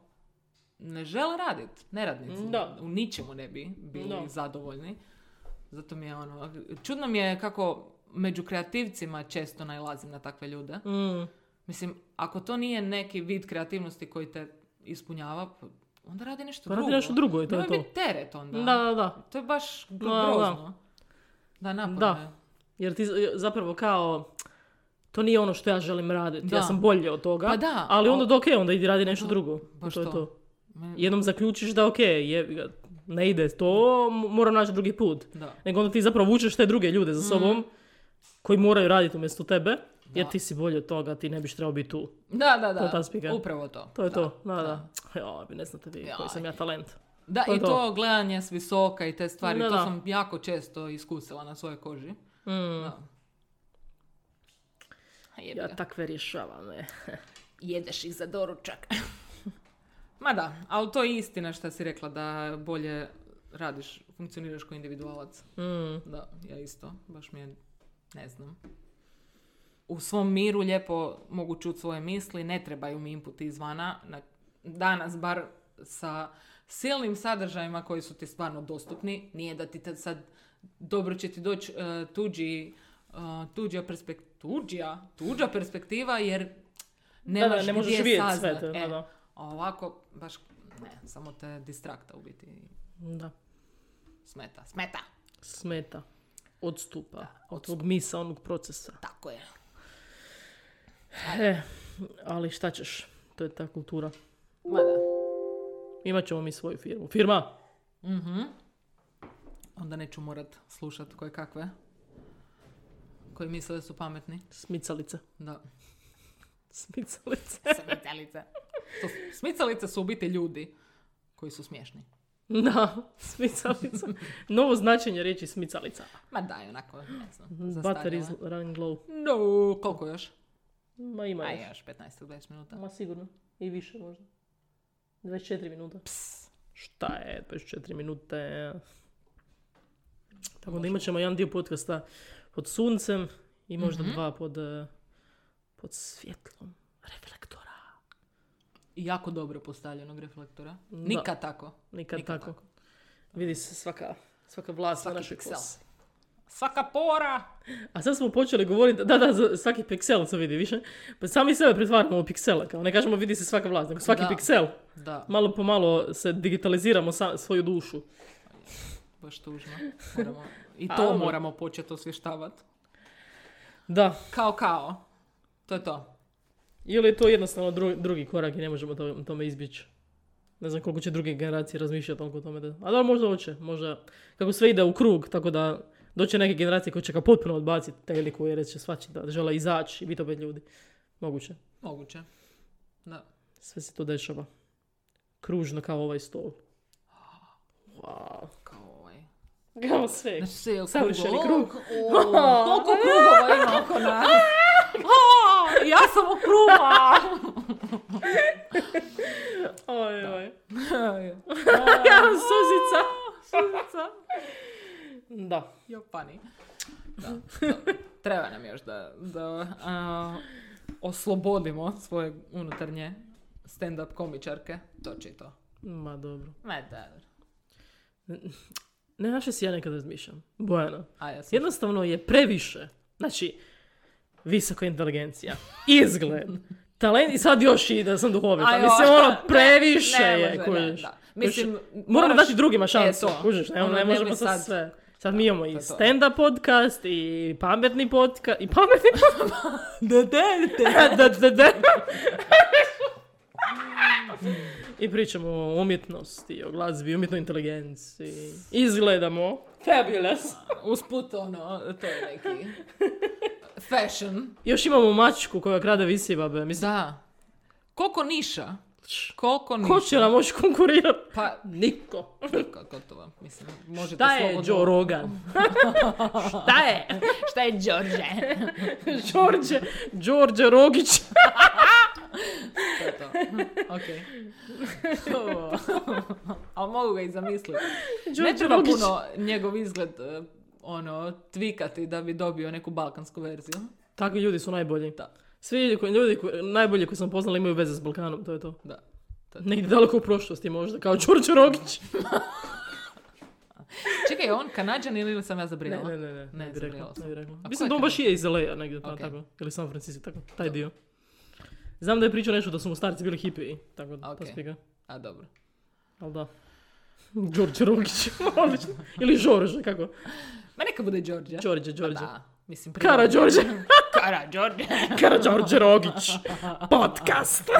S2: ne žele raditi, neradnici.
S1: Mm, Da.
S2: U ničemu ne bi bili
S1: Da.
S2: zadovoljni. Zato mi je ono, čudno mi je kako među kreativcima često najlazim na takve ljude.
S1: Mm,
S2: Mislim, ako to nije neki vid kreativnosti koji te ispunjava, pa onda radi nešto
S1: Pa radi
S2: drugo.
S1: nešto drugo i to je
S2: Nemoj
S1: to.
S2: biti teret onda.
S1: da, da, da.
S2: To je baš
S1: Da, da.
S2: grozno. Da, naporno
S1: Da.
S2: je.
S1: Jer ti z- zapravo kao, to nije ono što ja želim raditi,
S2: Da.
S1: ja sam bolje od toga,
S2: Pa da,
S1: ali onda
S2: al-
S1: do ok, onda idi radi nešto
S2: Da,
S1: drugo. I
S2: baš
S1: to je
S2: to.
S1: to.
S2: Me-
S1: Jednom zaključiš da ok, jebi ga, ne ide to, m- moram naći drugi put.
S2: Da.
S1: Nego onda ti zapravo vučeš te druge ljude za sobom koji moraju raditi umjesto tebe, jer
S2: Mhm. Da.
S1: ti si bolje od toga, ti ne biš trebao biti tu.
S2: Da, da,
S1: To je ta
S2: da.
S1: spika.
S2: Upravo to.
S1: To je
S2: Da.
S1: to, da, da. Jo, vi ne znate vi koji
S2: Jaj.
S1: sam ja talent.
S2: Da,
S1: To je
S2: i
S1: to.
S2: to. gledanje s visoka i te stvari,
S1: Da,
S2: to
S1: da.
S2: sam jako često iskusila na svojoj koži.
S1: Mm,
S2: Da. A jebi
S1: Ja
S2: ga.
S1: takve rješavam, ne.
S2: jedeš ih za doručak. Ma da, ali to je istina što si rekla da bolje radiš, funkcioniraš kao individualac.
S1: Mm.
S2: Da, ja isto, baš mi je, ne znam. U svom miru lijepo mogu čuti svoje misli, ne trebaju mi inputi izvana. Na- Danas bar sa silnim sadržajima koji su ti stvarno dostupni. Nije da ti te sad dobro će ti doći e, tuđi, e, tuđa, perspek- tuđa, tuđa perspektiva jer
S1: Da,
S2: nemaš
S1: da, ne možeš
S2: gdje
S1: vidjeti sve
S2: saznat.
S1: to, da,
S2: E,
S1: da.
S2: a ovako baš ne, samo te distrakta u biti
S1: Da,
S2: smeta. Smeta!
S1: smeta. Odstupa od svog misa, onog procesa.
S2: Tako je.
S1: E, ali šta ćeš? To je ta kultura.
S2: Ma da.
S1: Imat ćemo mi svoju firmu. Firma!
S2: onda neću morat slušat koje kakve. Koji misle da su pametni.
S1: Smicalice.
S2: Da.
S1: Smicalice.
S2: Smicalice. To, smicalice su u biti ljudi koji su smiješni.
S1: Da, smicalica. Novo značenje riječi smicalica.
S2: Ma daj, onako, ne znam.
S1: Battery is
S2: zastarjela.
S1: running low.
S2: No, koliko još?
S1: Ma ima
S2: Aj,
S1: još.
S2: još 15-20 minuta.
S1: Ma sigurno. I više možda. 24 minuta. Šta je 24 minute? Tako da imat ćemo jedan dio podcasta pod suncem i možda dva pod, eh, pod svjetlom reflektora.
S2: I jako dobro postavljenog reflektora. Nikad tako.
S1: Nikad,
S2: Nikad
S1: tako. Vidi se svaka, svaka vlast na
S2: Svaki
S1: našoj
S2: piksel.
S1: kosi.
S2: Svaka pora!
S1: A sad smo počeli govoriti, da, da, za- svaki piksel se vidi više. Pa sami sebe pretvaramo u piksele, kao ne kažemo vidi se svaka vlast, nego svaki
S2: Da.
S1: piksel.
S2: Da,
S1: Malo po malo se digitaliziramo sa, svoju dušu.
S2: baš tužno. Moramo, I
S1: A,
S2: to
S1: dobro.
S2: moramo početi osvještavati.
S1: Da,
S2: Kao kao. To je to.
S1: ili je to jednostavno dru- drugi korak i ne možemo to- tome izbjeći. Ne znam koliko će druge generacije razmišljati toliko o tome. Da... A da, možda hoće, možda. Kako sve ide u krug, tako da doće neke generacije koje će ga potpuno odbaciti teliku jer će svačiti da žele izaći i biti opet ljudi. Moguće.
S2: Moguće. Da.
S1: Sve se to dešava. Kružno kao ovaj stol. Wow.
S2: Kao ovaj.
S1: Kao sve.
S2: Znači sve je u
S1: Savršeni
S2: krugu.
S1: krug.
S2: O, Koliko krugova ima oko nas? A, Ja sam u krugu.
S1: Oj, oj.
S2: Ja,
S1: Ja, suzica.
S2: suzica.
S1: Da.
S2: Jo, funny. Da, dobro. Treba nam još da, da a, oslobodimo svoje unutarnje stand-up komičarke. To će i to.
S1: Ma dobro.
S2: Ma dobro.
S1: Ne, naše si ja nekad razmišljam. Bojana.
S2: A ja sam...
S1: Jednostavno je previše. Znači, visoka inteligencija, izgled, talent i sad još i da sam duhovita.
S2: Aj,
S1: Mislim,
S2: oj.
S1: ono, previše
S2: Ne, ne
S1: je,
S2: može,
S1: kužiš.
S2: ne, da.
S1: Kužiš,
S2: Mislim,
S1: moramo
S2: moraš-
S1: dati drugima šansu,
S2: E, to.
S1: kužiš, ne,
S2: Ono,
S1: ne
S2: ne
S1: možemo
S2: bi
S1: sad
S2: sad-
S1: sve. Sad mi imamo i
S2: to je to.
S1: stand-up podcast, i pametni podcast, i pametni
S2: Da, da, da.
S1: podcast, da, da, da. I pričamo o umjetnosti, o glazbi, umjetnoj inteligenciji. Izgledamo. Fabulous.
S2: Usput ono, to je neki fashion.
S1: Još imamo mačku koja krade visibabe. Mislim,
S2: Da. Koliko niša? Koliko niša?
S1: Ko će nam moći konkurirati?
S2: Pa,
S1: Niko.
S2: niko, gotovo. Mislim, možete
S1: Šta je
S2: slobodno-
S1: Joe Rogan? Šta je?
S2: Šta je Đorđe?
S1: Đorđe, Đorđe Rogić.
S2: to je to. Hm, Ok. A mogu ga i zamisliti. Ne
S1: Đorđe
S2: treba
S1: Rogić.
S2: puno njegov izgled eh, ono, tvikati da bi dobio neku balkansku verziju.
S1: Takvi ljudi su najbolji.
S2: Da.
S1: Svi ljudi koji, ljudi koji- najbolji koji sam poznala imaju veze s Balkanom, to je to.
S2: Da. To je to.
S1: Negdje daleko u prošlosti možda, kao Đorđe Rogić.
S2: Čekaj, je on kanadžan ili sam ja
S1: Ne,
S2: zabrinula?
S1: ne, ne, ne, ne,
S2: Ne,
S1: bi rekla,
S2: zaboravila sam.
S1: ne bi rekla.
S2: A
S1: Mislim
S2: ko je
S1: da on
S2: taj?
S1: baš je iz LA-a negdje, ta-
S2: Ok.
S1: tako, ili San Francisco, tako, taj dio. Znam da je pričao nešto da su mu starci bili hipiji, tako da to
S2: Ok.
S1: spiga.
S2: A dobro.
S1: Ali da. Đorđe Rogić, odlično. Ili Žorže, kako?
S2: Ma neka bude Đorđe.
S1: Đorđe, Đorđe.
S2: Pa Da, mislim
S1: Kara Đorđe.
S2: Ka- Karađorđe.
S1: Karađorđe Rogić, podcast.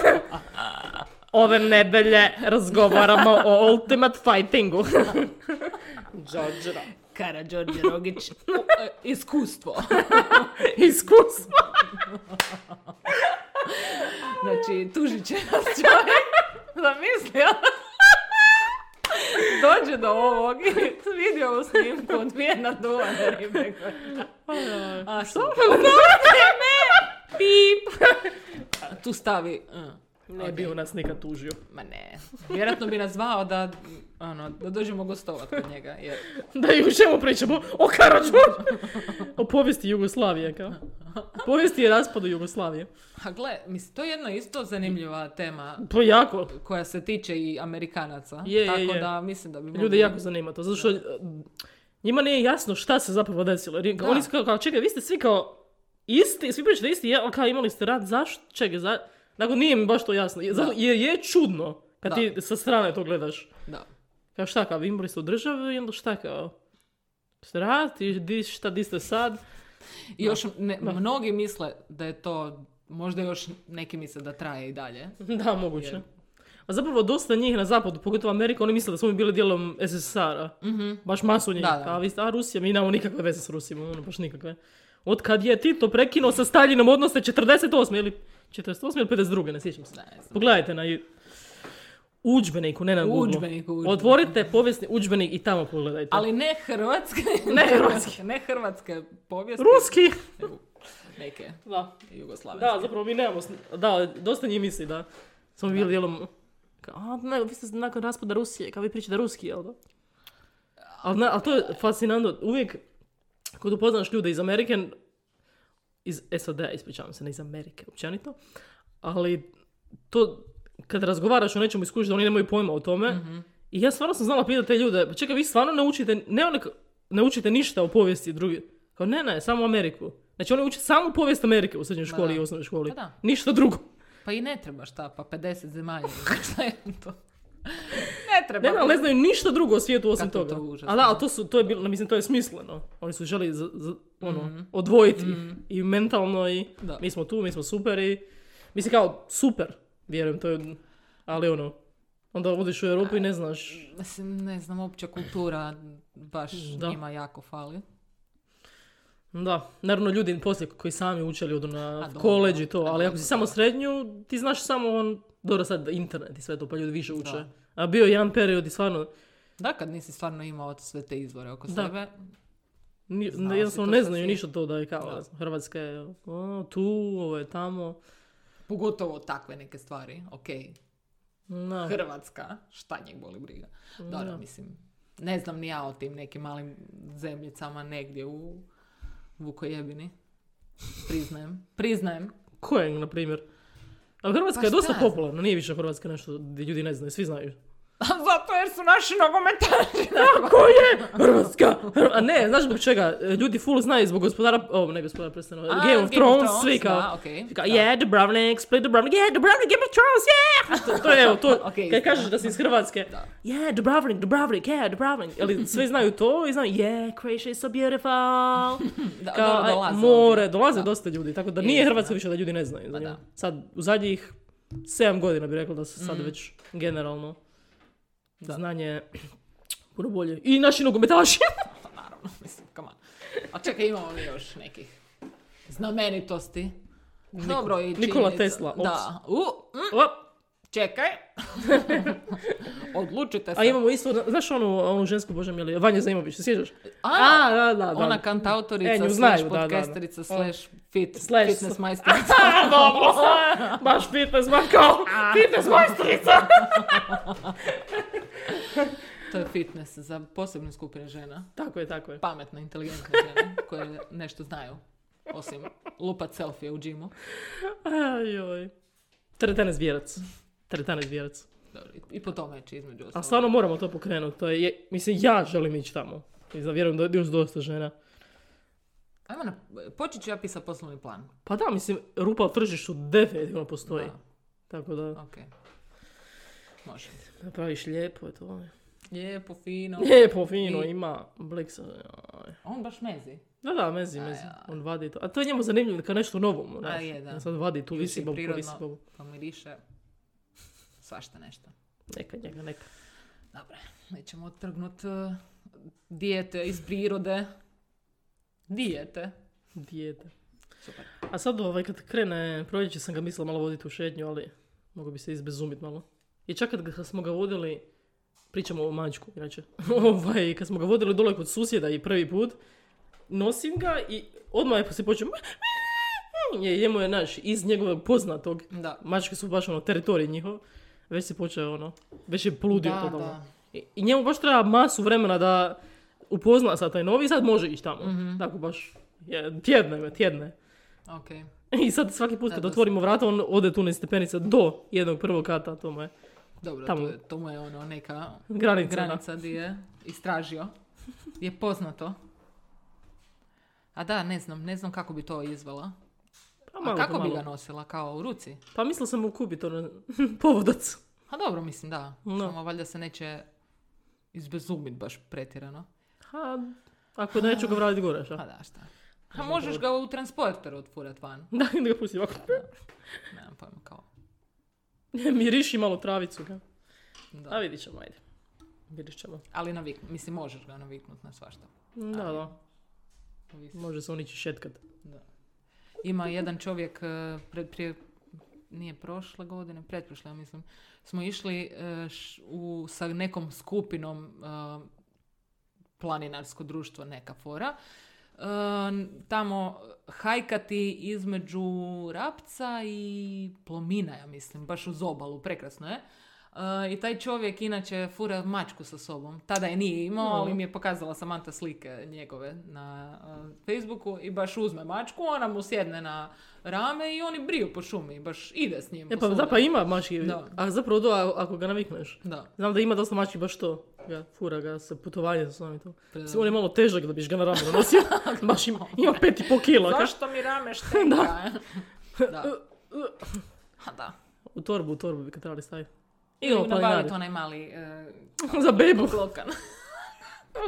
S1: Ove nedelje razgovaramo o Ultimate Fightingu. Đorđe
S2: Karađorđe Rogić. e, Iskustvo.
S1: Iskustvo.
S2: Znači, tužit će nas čovjek. Zamislio. Dođe do ovog i vidi ovu snimku od dvije naduvane ribe. koje- A što? ne! Pip! A Tu stavi. mm.
S1: Ne bi u nas nikad tužio.
S2: Ma ne. Vjerojatno bi nas zvao da, ono, da dođemo gostovat kod njega. Jer...
S1: Da i o čemu pričamo? O Karađorđu. O povijesti Jugoslavije, kao. Povijesti je raspada Jugoslavije.
S2: A gle, mislim, to je jedna isto zanimljiva tema
S1: To je jako.
S2: koja se tiče i Amerikanaca.
S1: Je, je,
S2: tako
S1: je.
S2: da mislim da bi mogli...
S1: Ljude jako zanima to, zato što eh, njima nije jasno šta se zapravo desilo. Jer
S2: Da.
S1: oni su kao, kao, čekaj, vi ste svi kao isti, svi pričate isti, je, ali kao imali ste rat, zašto, čekaj, za... Dakle, nije mi baš to jasno, je, zato- jer je čudno kad
S2: Da.
S1: ti sa strane to gledaš.
S2: Da.
S1: Kao šta, kao, vi imali ste u državi i onda šta kao, ste rat i di, šta, di ste sad?
S2: I još ne- mnogi misle da je to, možda još neki misle da traje i dalje.
S1: Da, moguće.
S2: Je.
S1: A zapravo dosta njih na zapadu, pogotovo Amerika, oni misle da smo mi bili dijelom SSSR-a. Baš masu njih.
S2: Da, da.
S1: A, vi ste, a Rusija, mi nemamo nikakve veze s Rusijom, ono, baš nikakve. Od kad je Tito prekinuo sa Stalinom odnose 48. ili 48. ili 52. ne sjećam se.
S2: Da, ne znam.
S1: Pogledajte na udžbeniku, ne na
S2: U
S1: Google.
S2: udžbeniku, u udžbeniku.
S1: Otvorite povijesni udžbenik i tamo pogledajte.
S2: Ali ne hrvatske,
S1: Ne hrvatske.
S2: ne hrvatske povijesti,
S1: Ruski!
S2: nego neke
S1: Da.
S2: jugoslavenske.
S1: Da, zapravo mi nemamo, s- da, dosta njih misli da smo bili dijelom, kao, a, ne, vi ste nakon raspada Rusije, kao vi pričate ruski, jel da? Ali, na- ali to je fascinantno, uvijek kad upoznaš ljude iz Amerike, iz SAD-a, ispričavam se, ne iz Amerike općenito, ali to, kad razgovaraš o nečemu iskušiš da oni nemaju pojma o tome, i ja stvarno sam znala pitati te ljude, pa čekaj, vi stvarno ne učite, ne, one, ne učite ništa o povijesti drugi. Kao, ne, ne, samo Ameriku. Znači, oni uče samo povijest Amerike u srednjoj školi
S2: da.
S1: i osnovnoj školi.
S2: Pa da.
S1: Ništa drugo.
S2: Pa i ne treba šta, pa 50 zemalja. šta je to? Ne treba.
S1: Ne, ne, ali ne znaju ništa drugo o svijetu osim
S2: Kako je
S1: toga.
S2: to užasno.
S1: A da, ali to, su, to je bilo, mislim, to je smisleno. Oni su želi za- za- ono, odvojiti i mentalno i
S2: Mhm. Da.
S1: mi smo tu, mi smo super i... Mislim, kao, super, vjerujem, to je... Ali ono, onda odiš u Europu i ne znaš...
S2: Mislim, ne znam, opća kultura baš
S1: Da.
S2: njima jako fali.
S1: Da, naravno ljudi poslije koji sami učili odu na
S2: dobro,
S1: koleđ i to,
S2: a
S1: ali ako
S2: dobro,
S1: si samo
S2: da.
S1: srednju, ti znaš samo on, dobro sad internet i sve to, pa ljudi više uče.
S2: Da.
S1: A bio je jedan period i stvarno,
S2: Da, kad nisi stvarno imao sve te izvore oko
S1: Da.
S2: sebe.
S1: ni,
S2: Znao si
S1: jednostavno
S2: to
S1: ne
S2: šta
S1: znaju
S2: si-
S1: ništa to da je kao,
S2: Da.
S1: ne znam, Hrvatska je o, tu, ovo je tamo,
S2: Pogotovo takve neke stvari. Ok,
S1: na,
S2: Hrvatska, šta njeg boli briga. Dobro,
S1: Da.
S2: mislim, ne znam ni ja o tim nekim malim zemljicama negdje u Vukojebini. Priznajem, priznajem.
S1: kojeg, na primjer. A Hrvatska
S2: Pa
S1: je dosta
S2: šta ja znam.
S1: popularna, nije više Hrvatska nešto gdje ljudi ne znaju, svi znaju.
S2: Zato jer su naši nogometaši.
S1: Ko je Hrvatska? Hr- A ne, znaš zbog čega? E, Ljudi full znaju zbog gospodara, o ne gospodara prstenova,
S2: A,
S1: Game of Thrones, svi kao.
S2: da, ok.
S1: Kao,
S2: Da.
S1: yeah, Dubrovnik, Split Dubrovnik, yeah, Dubrovnik, Game of Thrones, yeah! To, to je evo, to,
S2: Okej,
S1: kad
S2: da.
S1: kažeš da si iz Hrvatske,
S2: Da.
S1: yeah, Dubrovnik, Dubrovnik, yeah, Dubrovnik, ali sve znaju to i znaju, yeah, Croatia is so beautiful,
S2: Da,
S1: kao,
S2: dobro,
S1: aj,
S2: dolaze
S1: more,
S2: ovdje.
S1: dolaze
S2: Da.
S1: dosta ljudi, tako da
S2: Je,
S1: nije
S2: istina.
S1: Hrvatska više da ljudi ne znaju. za nju.
S2: Pa da.
S1: Sad, u zadnjih 7 godina bih rekla da se sad već generalno
S2: Mhm. Da.
S1: znanje puno bolje. I naši nogometaši.
S2: Pa naravno, mislim, come on. A čekaj, imamo mi još nekih znamenitosti. Dobro, i
S1: Nikola
S2: činjenica-
S1: Tesla, ops.
S2: Da. U, mm,
S1: O,
S2: čekaj. Odlučite se.
S1: a imamo isto, znaš onu, onu žensku, bože mili, Vanja Zaimović, se sjećaš?
S2: A,
S1: A, da, da, da.
S2: ona kantautorica,
S1: E, nju
S2: slash
S1: znaju, da, da, da.
S2: podcasterica, slash fit,
S1: Slash-
S2: fitness majstorica.
S1: A, dobro, baš fitness, ma kao, fitness majstorica.
S2: to je fitness za posebne skupine žena.
S1: Tako je, tako je.
S2: Pametne, inteligentne žene koje nešto znaju. Osim lupat selfie u džimu.
S1: Ajoj. Teretanac vjerac. Teretanac vjerac.
S2: Dobro, i- I po tome će između
S1: A
S2: ostalog.
S1: stvarno moramo to pokrenuti, to je, je- mislim, ja želim ići tamo. I za- vjerujem da je još dosta žena.
S2: Ajmo na, počet ću ja pisati poslovni plan.
S1: Pa da, mislim, rupa u tržištu definitivno postoji. Tako da,
S2: Ok. Može.
S1: napraviš lijepo, je to.
S2: Lijepo, fino.
S1: Lijepo, fino,
S2: ono. I-
S1: ima bliksa. aj.
S2: On baš mezi.
S1: Da, da, mezi,
S2: A,
S1: mezi.
S2: ja.
S1: On vadi to. A to je njemu zanimljivo, kao nešto novo.
S2: A, je, da.
S1: Sad vadi tu
S2: Ljuši
S1: visibabu, ko
S2: prirodno.
S1: visibabu.
S2: Pa miriše svašta nešto.
S1: Neka njega, neka.
S2: Dobre, nećemo otrgnut eh, dijete iz prirode. Dijete.
S1: Dijete.
S2: Super.
S1: A sad ovaj, kad krene proljeće sam ga mislila malo voditi u šetnju, ali mogu bi se izbezumit malo. I čak kad ga smo ga vodili, pričamo o mačku, inače, ovaj, kad smo ga vodili dole kod susjeda i prvi put, nosim ga i odmah je se počeo je, njemu je naš, iz njegove poznatog,
S2: Da.
S1: mačke su baš ono, teritorij njihov, već se počeo ono, već je poludio
S2: Da,
S1: totalno.
S2: da.
S1: I, I njemu baš treba masu vremena da upozna sa taj novi i sad može ići tamo.
S2: Mhm.
S1: Tako baš, je, tjedne me, tjedne.
S2: Ok.
S1: I sad svaki put
S2: Da,
S1: kad
S2: da,
S1: otvorimo vrata, on ode tu niz stepenice do jednog prvog kata, to mu je
S2: Dobro,
S1: Tamo.
S2: to, je- to mu je ono neka
S1: granica.
S2: granica di je istražio. Je poznato. A da, ne znam, ne znam kako bi to izvela.
S1: Pa,
S2: A
S1: malo po
S2: kako bi
S1: malo.
S2: ga nosila? Kao u ruci?
S1: Pa mislila sam mu kupiti ono, povodac.
S2: A dobro, mislim da.
S1: No.
S2: Samo valjda se neće izbezumit baš pretjerano.
S1: Ha, ako neću ga vratiti gore,
S2: Pa
S1: šta?
S2: da, šta? A možeš ga u transporteru otfurat van.
S1: Da, da ga pustim ovako.
S2: Nemam pojma, kao.
S1: Miriši malo travicu ga. A
S2: Da.
S1: vidit ćemo, ajde. Vidit ćemo.
S2: Ali navik, mislim, možeš ga naviknut na svašta.
S1: Da, da.
S2: Ovisi.
S1: Može se on ići šetkat.
S2: Ima jedan čovjek, eh, pred, prije, nije prošle godine, pretprošle, ja mislim, smo išli eh, š- u, sa nekom skupinom eh, planinarsko društvo, neka fora, eh, tamo hajkati između Rapca i Plomina, ja mislim, baš uz obalu, prekrasno je. Eh, I taj čovjek inače fura mačku sa sobom. Tada je nije imao,
S1: Mm.
S2: ali mi je pokazala Samanta slike njegove na eh, Facebooku i baš uzme mačku, ona mu sjedne na rame i oni briju po šumi, baš ide s njim.
S1: E pa, da,
S2: posvuda.
S1: pa ima mački.
S2: Da.
S1: A zapravo do, a- ako ga navikneš.
S2: Da.
S1: Znam da ima dosta mački baš to. Ga, fura ga sa putovanja sa sobom i to.
S2: Predobro.
S1: Mislim, on je malo težak da biš ga na ramenu nosio. baš ima, ima pet i po kila. ka-
S2: Zašto mi rame štenka? da. Ha, da.
S1: U torbu, u torbu bi ga trebali staviti.
S2: Ili
S1: Idemo planinari.
S2: nabaviti onaj mali e,
S1: Za bebu.
S2: klokan.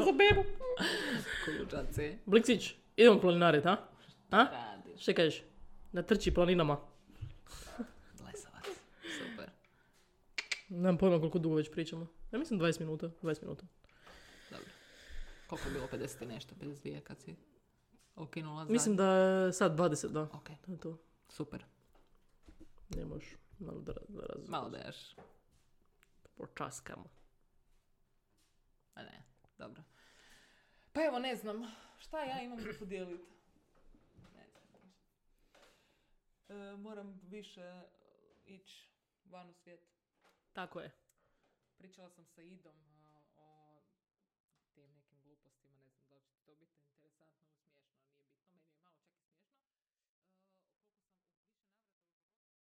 S1: Za bebu.
S2: Kuluđaci.
S1: Bliksić, idemo planinarit, ha? Ha?
S2: Radiš.
S1: Šta kažeš? Da trči planinama.
S2: Lesavac. Super.
S1: Nemam pojma koliko dugo već pričamo. Ja mislim 20 minuta, 20 minuta.
S2: Dobro. Koliko je bilo? 50 i nešto? 52 kad si okinula zadnje?
S1: Mislim da je sad 20, da.
S2: Ok,
S1: To je to.
S2: super.
S1: Ne možeš. Malo da, da raz...
S2: Malo da još.
S1: Počaskamo.
S2: A ne, dobro. Pa evo, ne znam. Šta ja imam za podijeliti? Ne znam. E, moram više ići van u svijet.
S1: Tako je.
S2: Pričala sam sa Idom a, o tim nekim glupostima, ne znam da li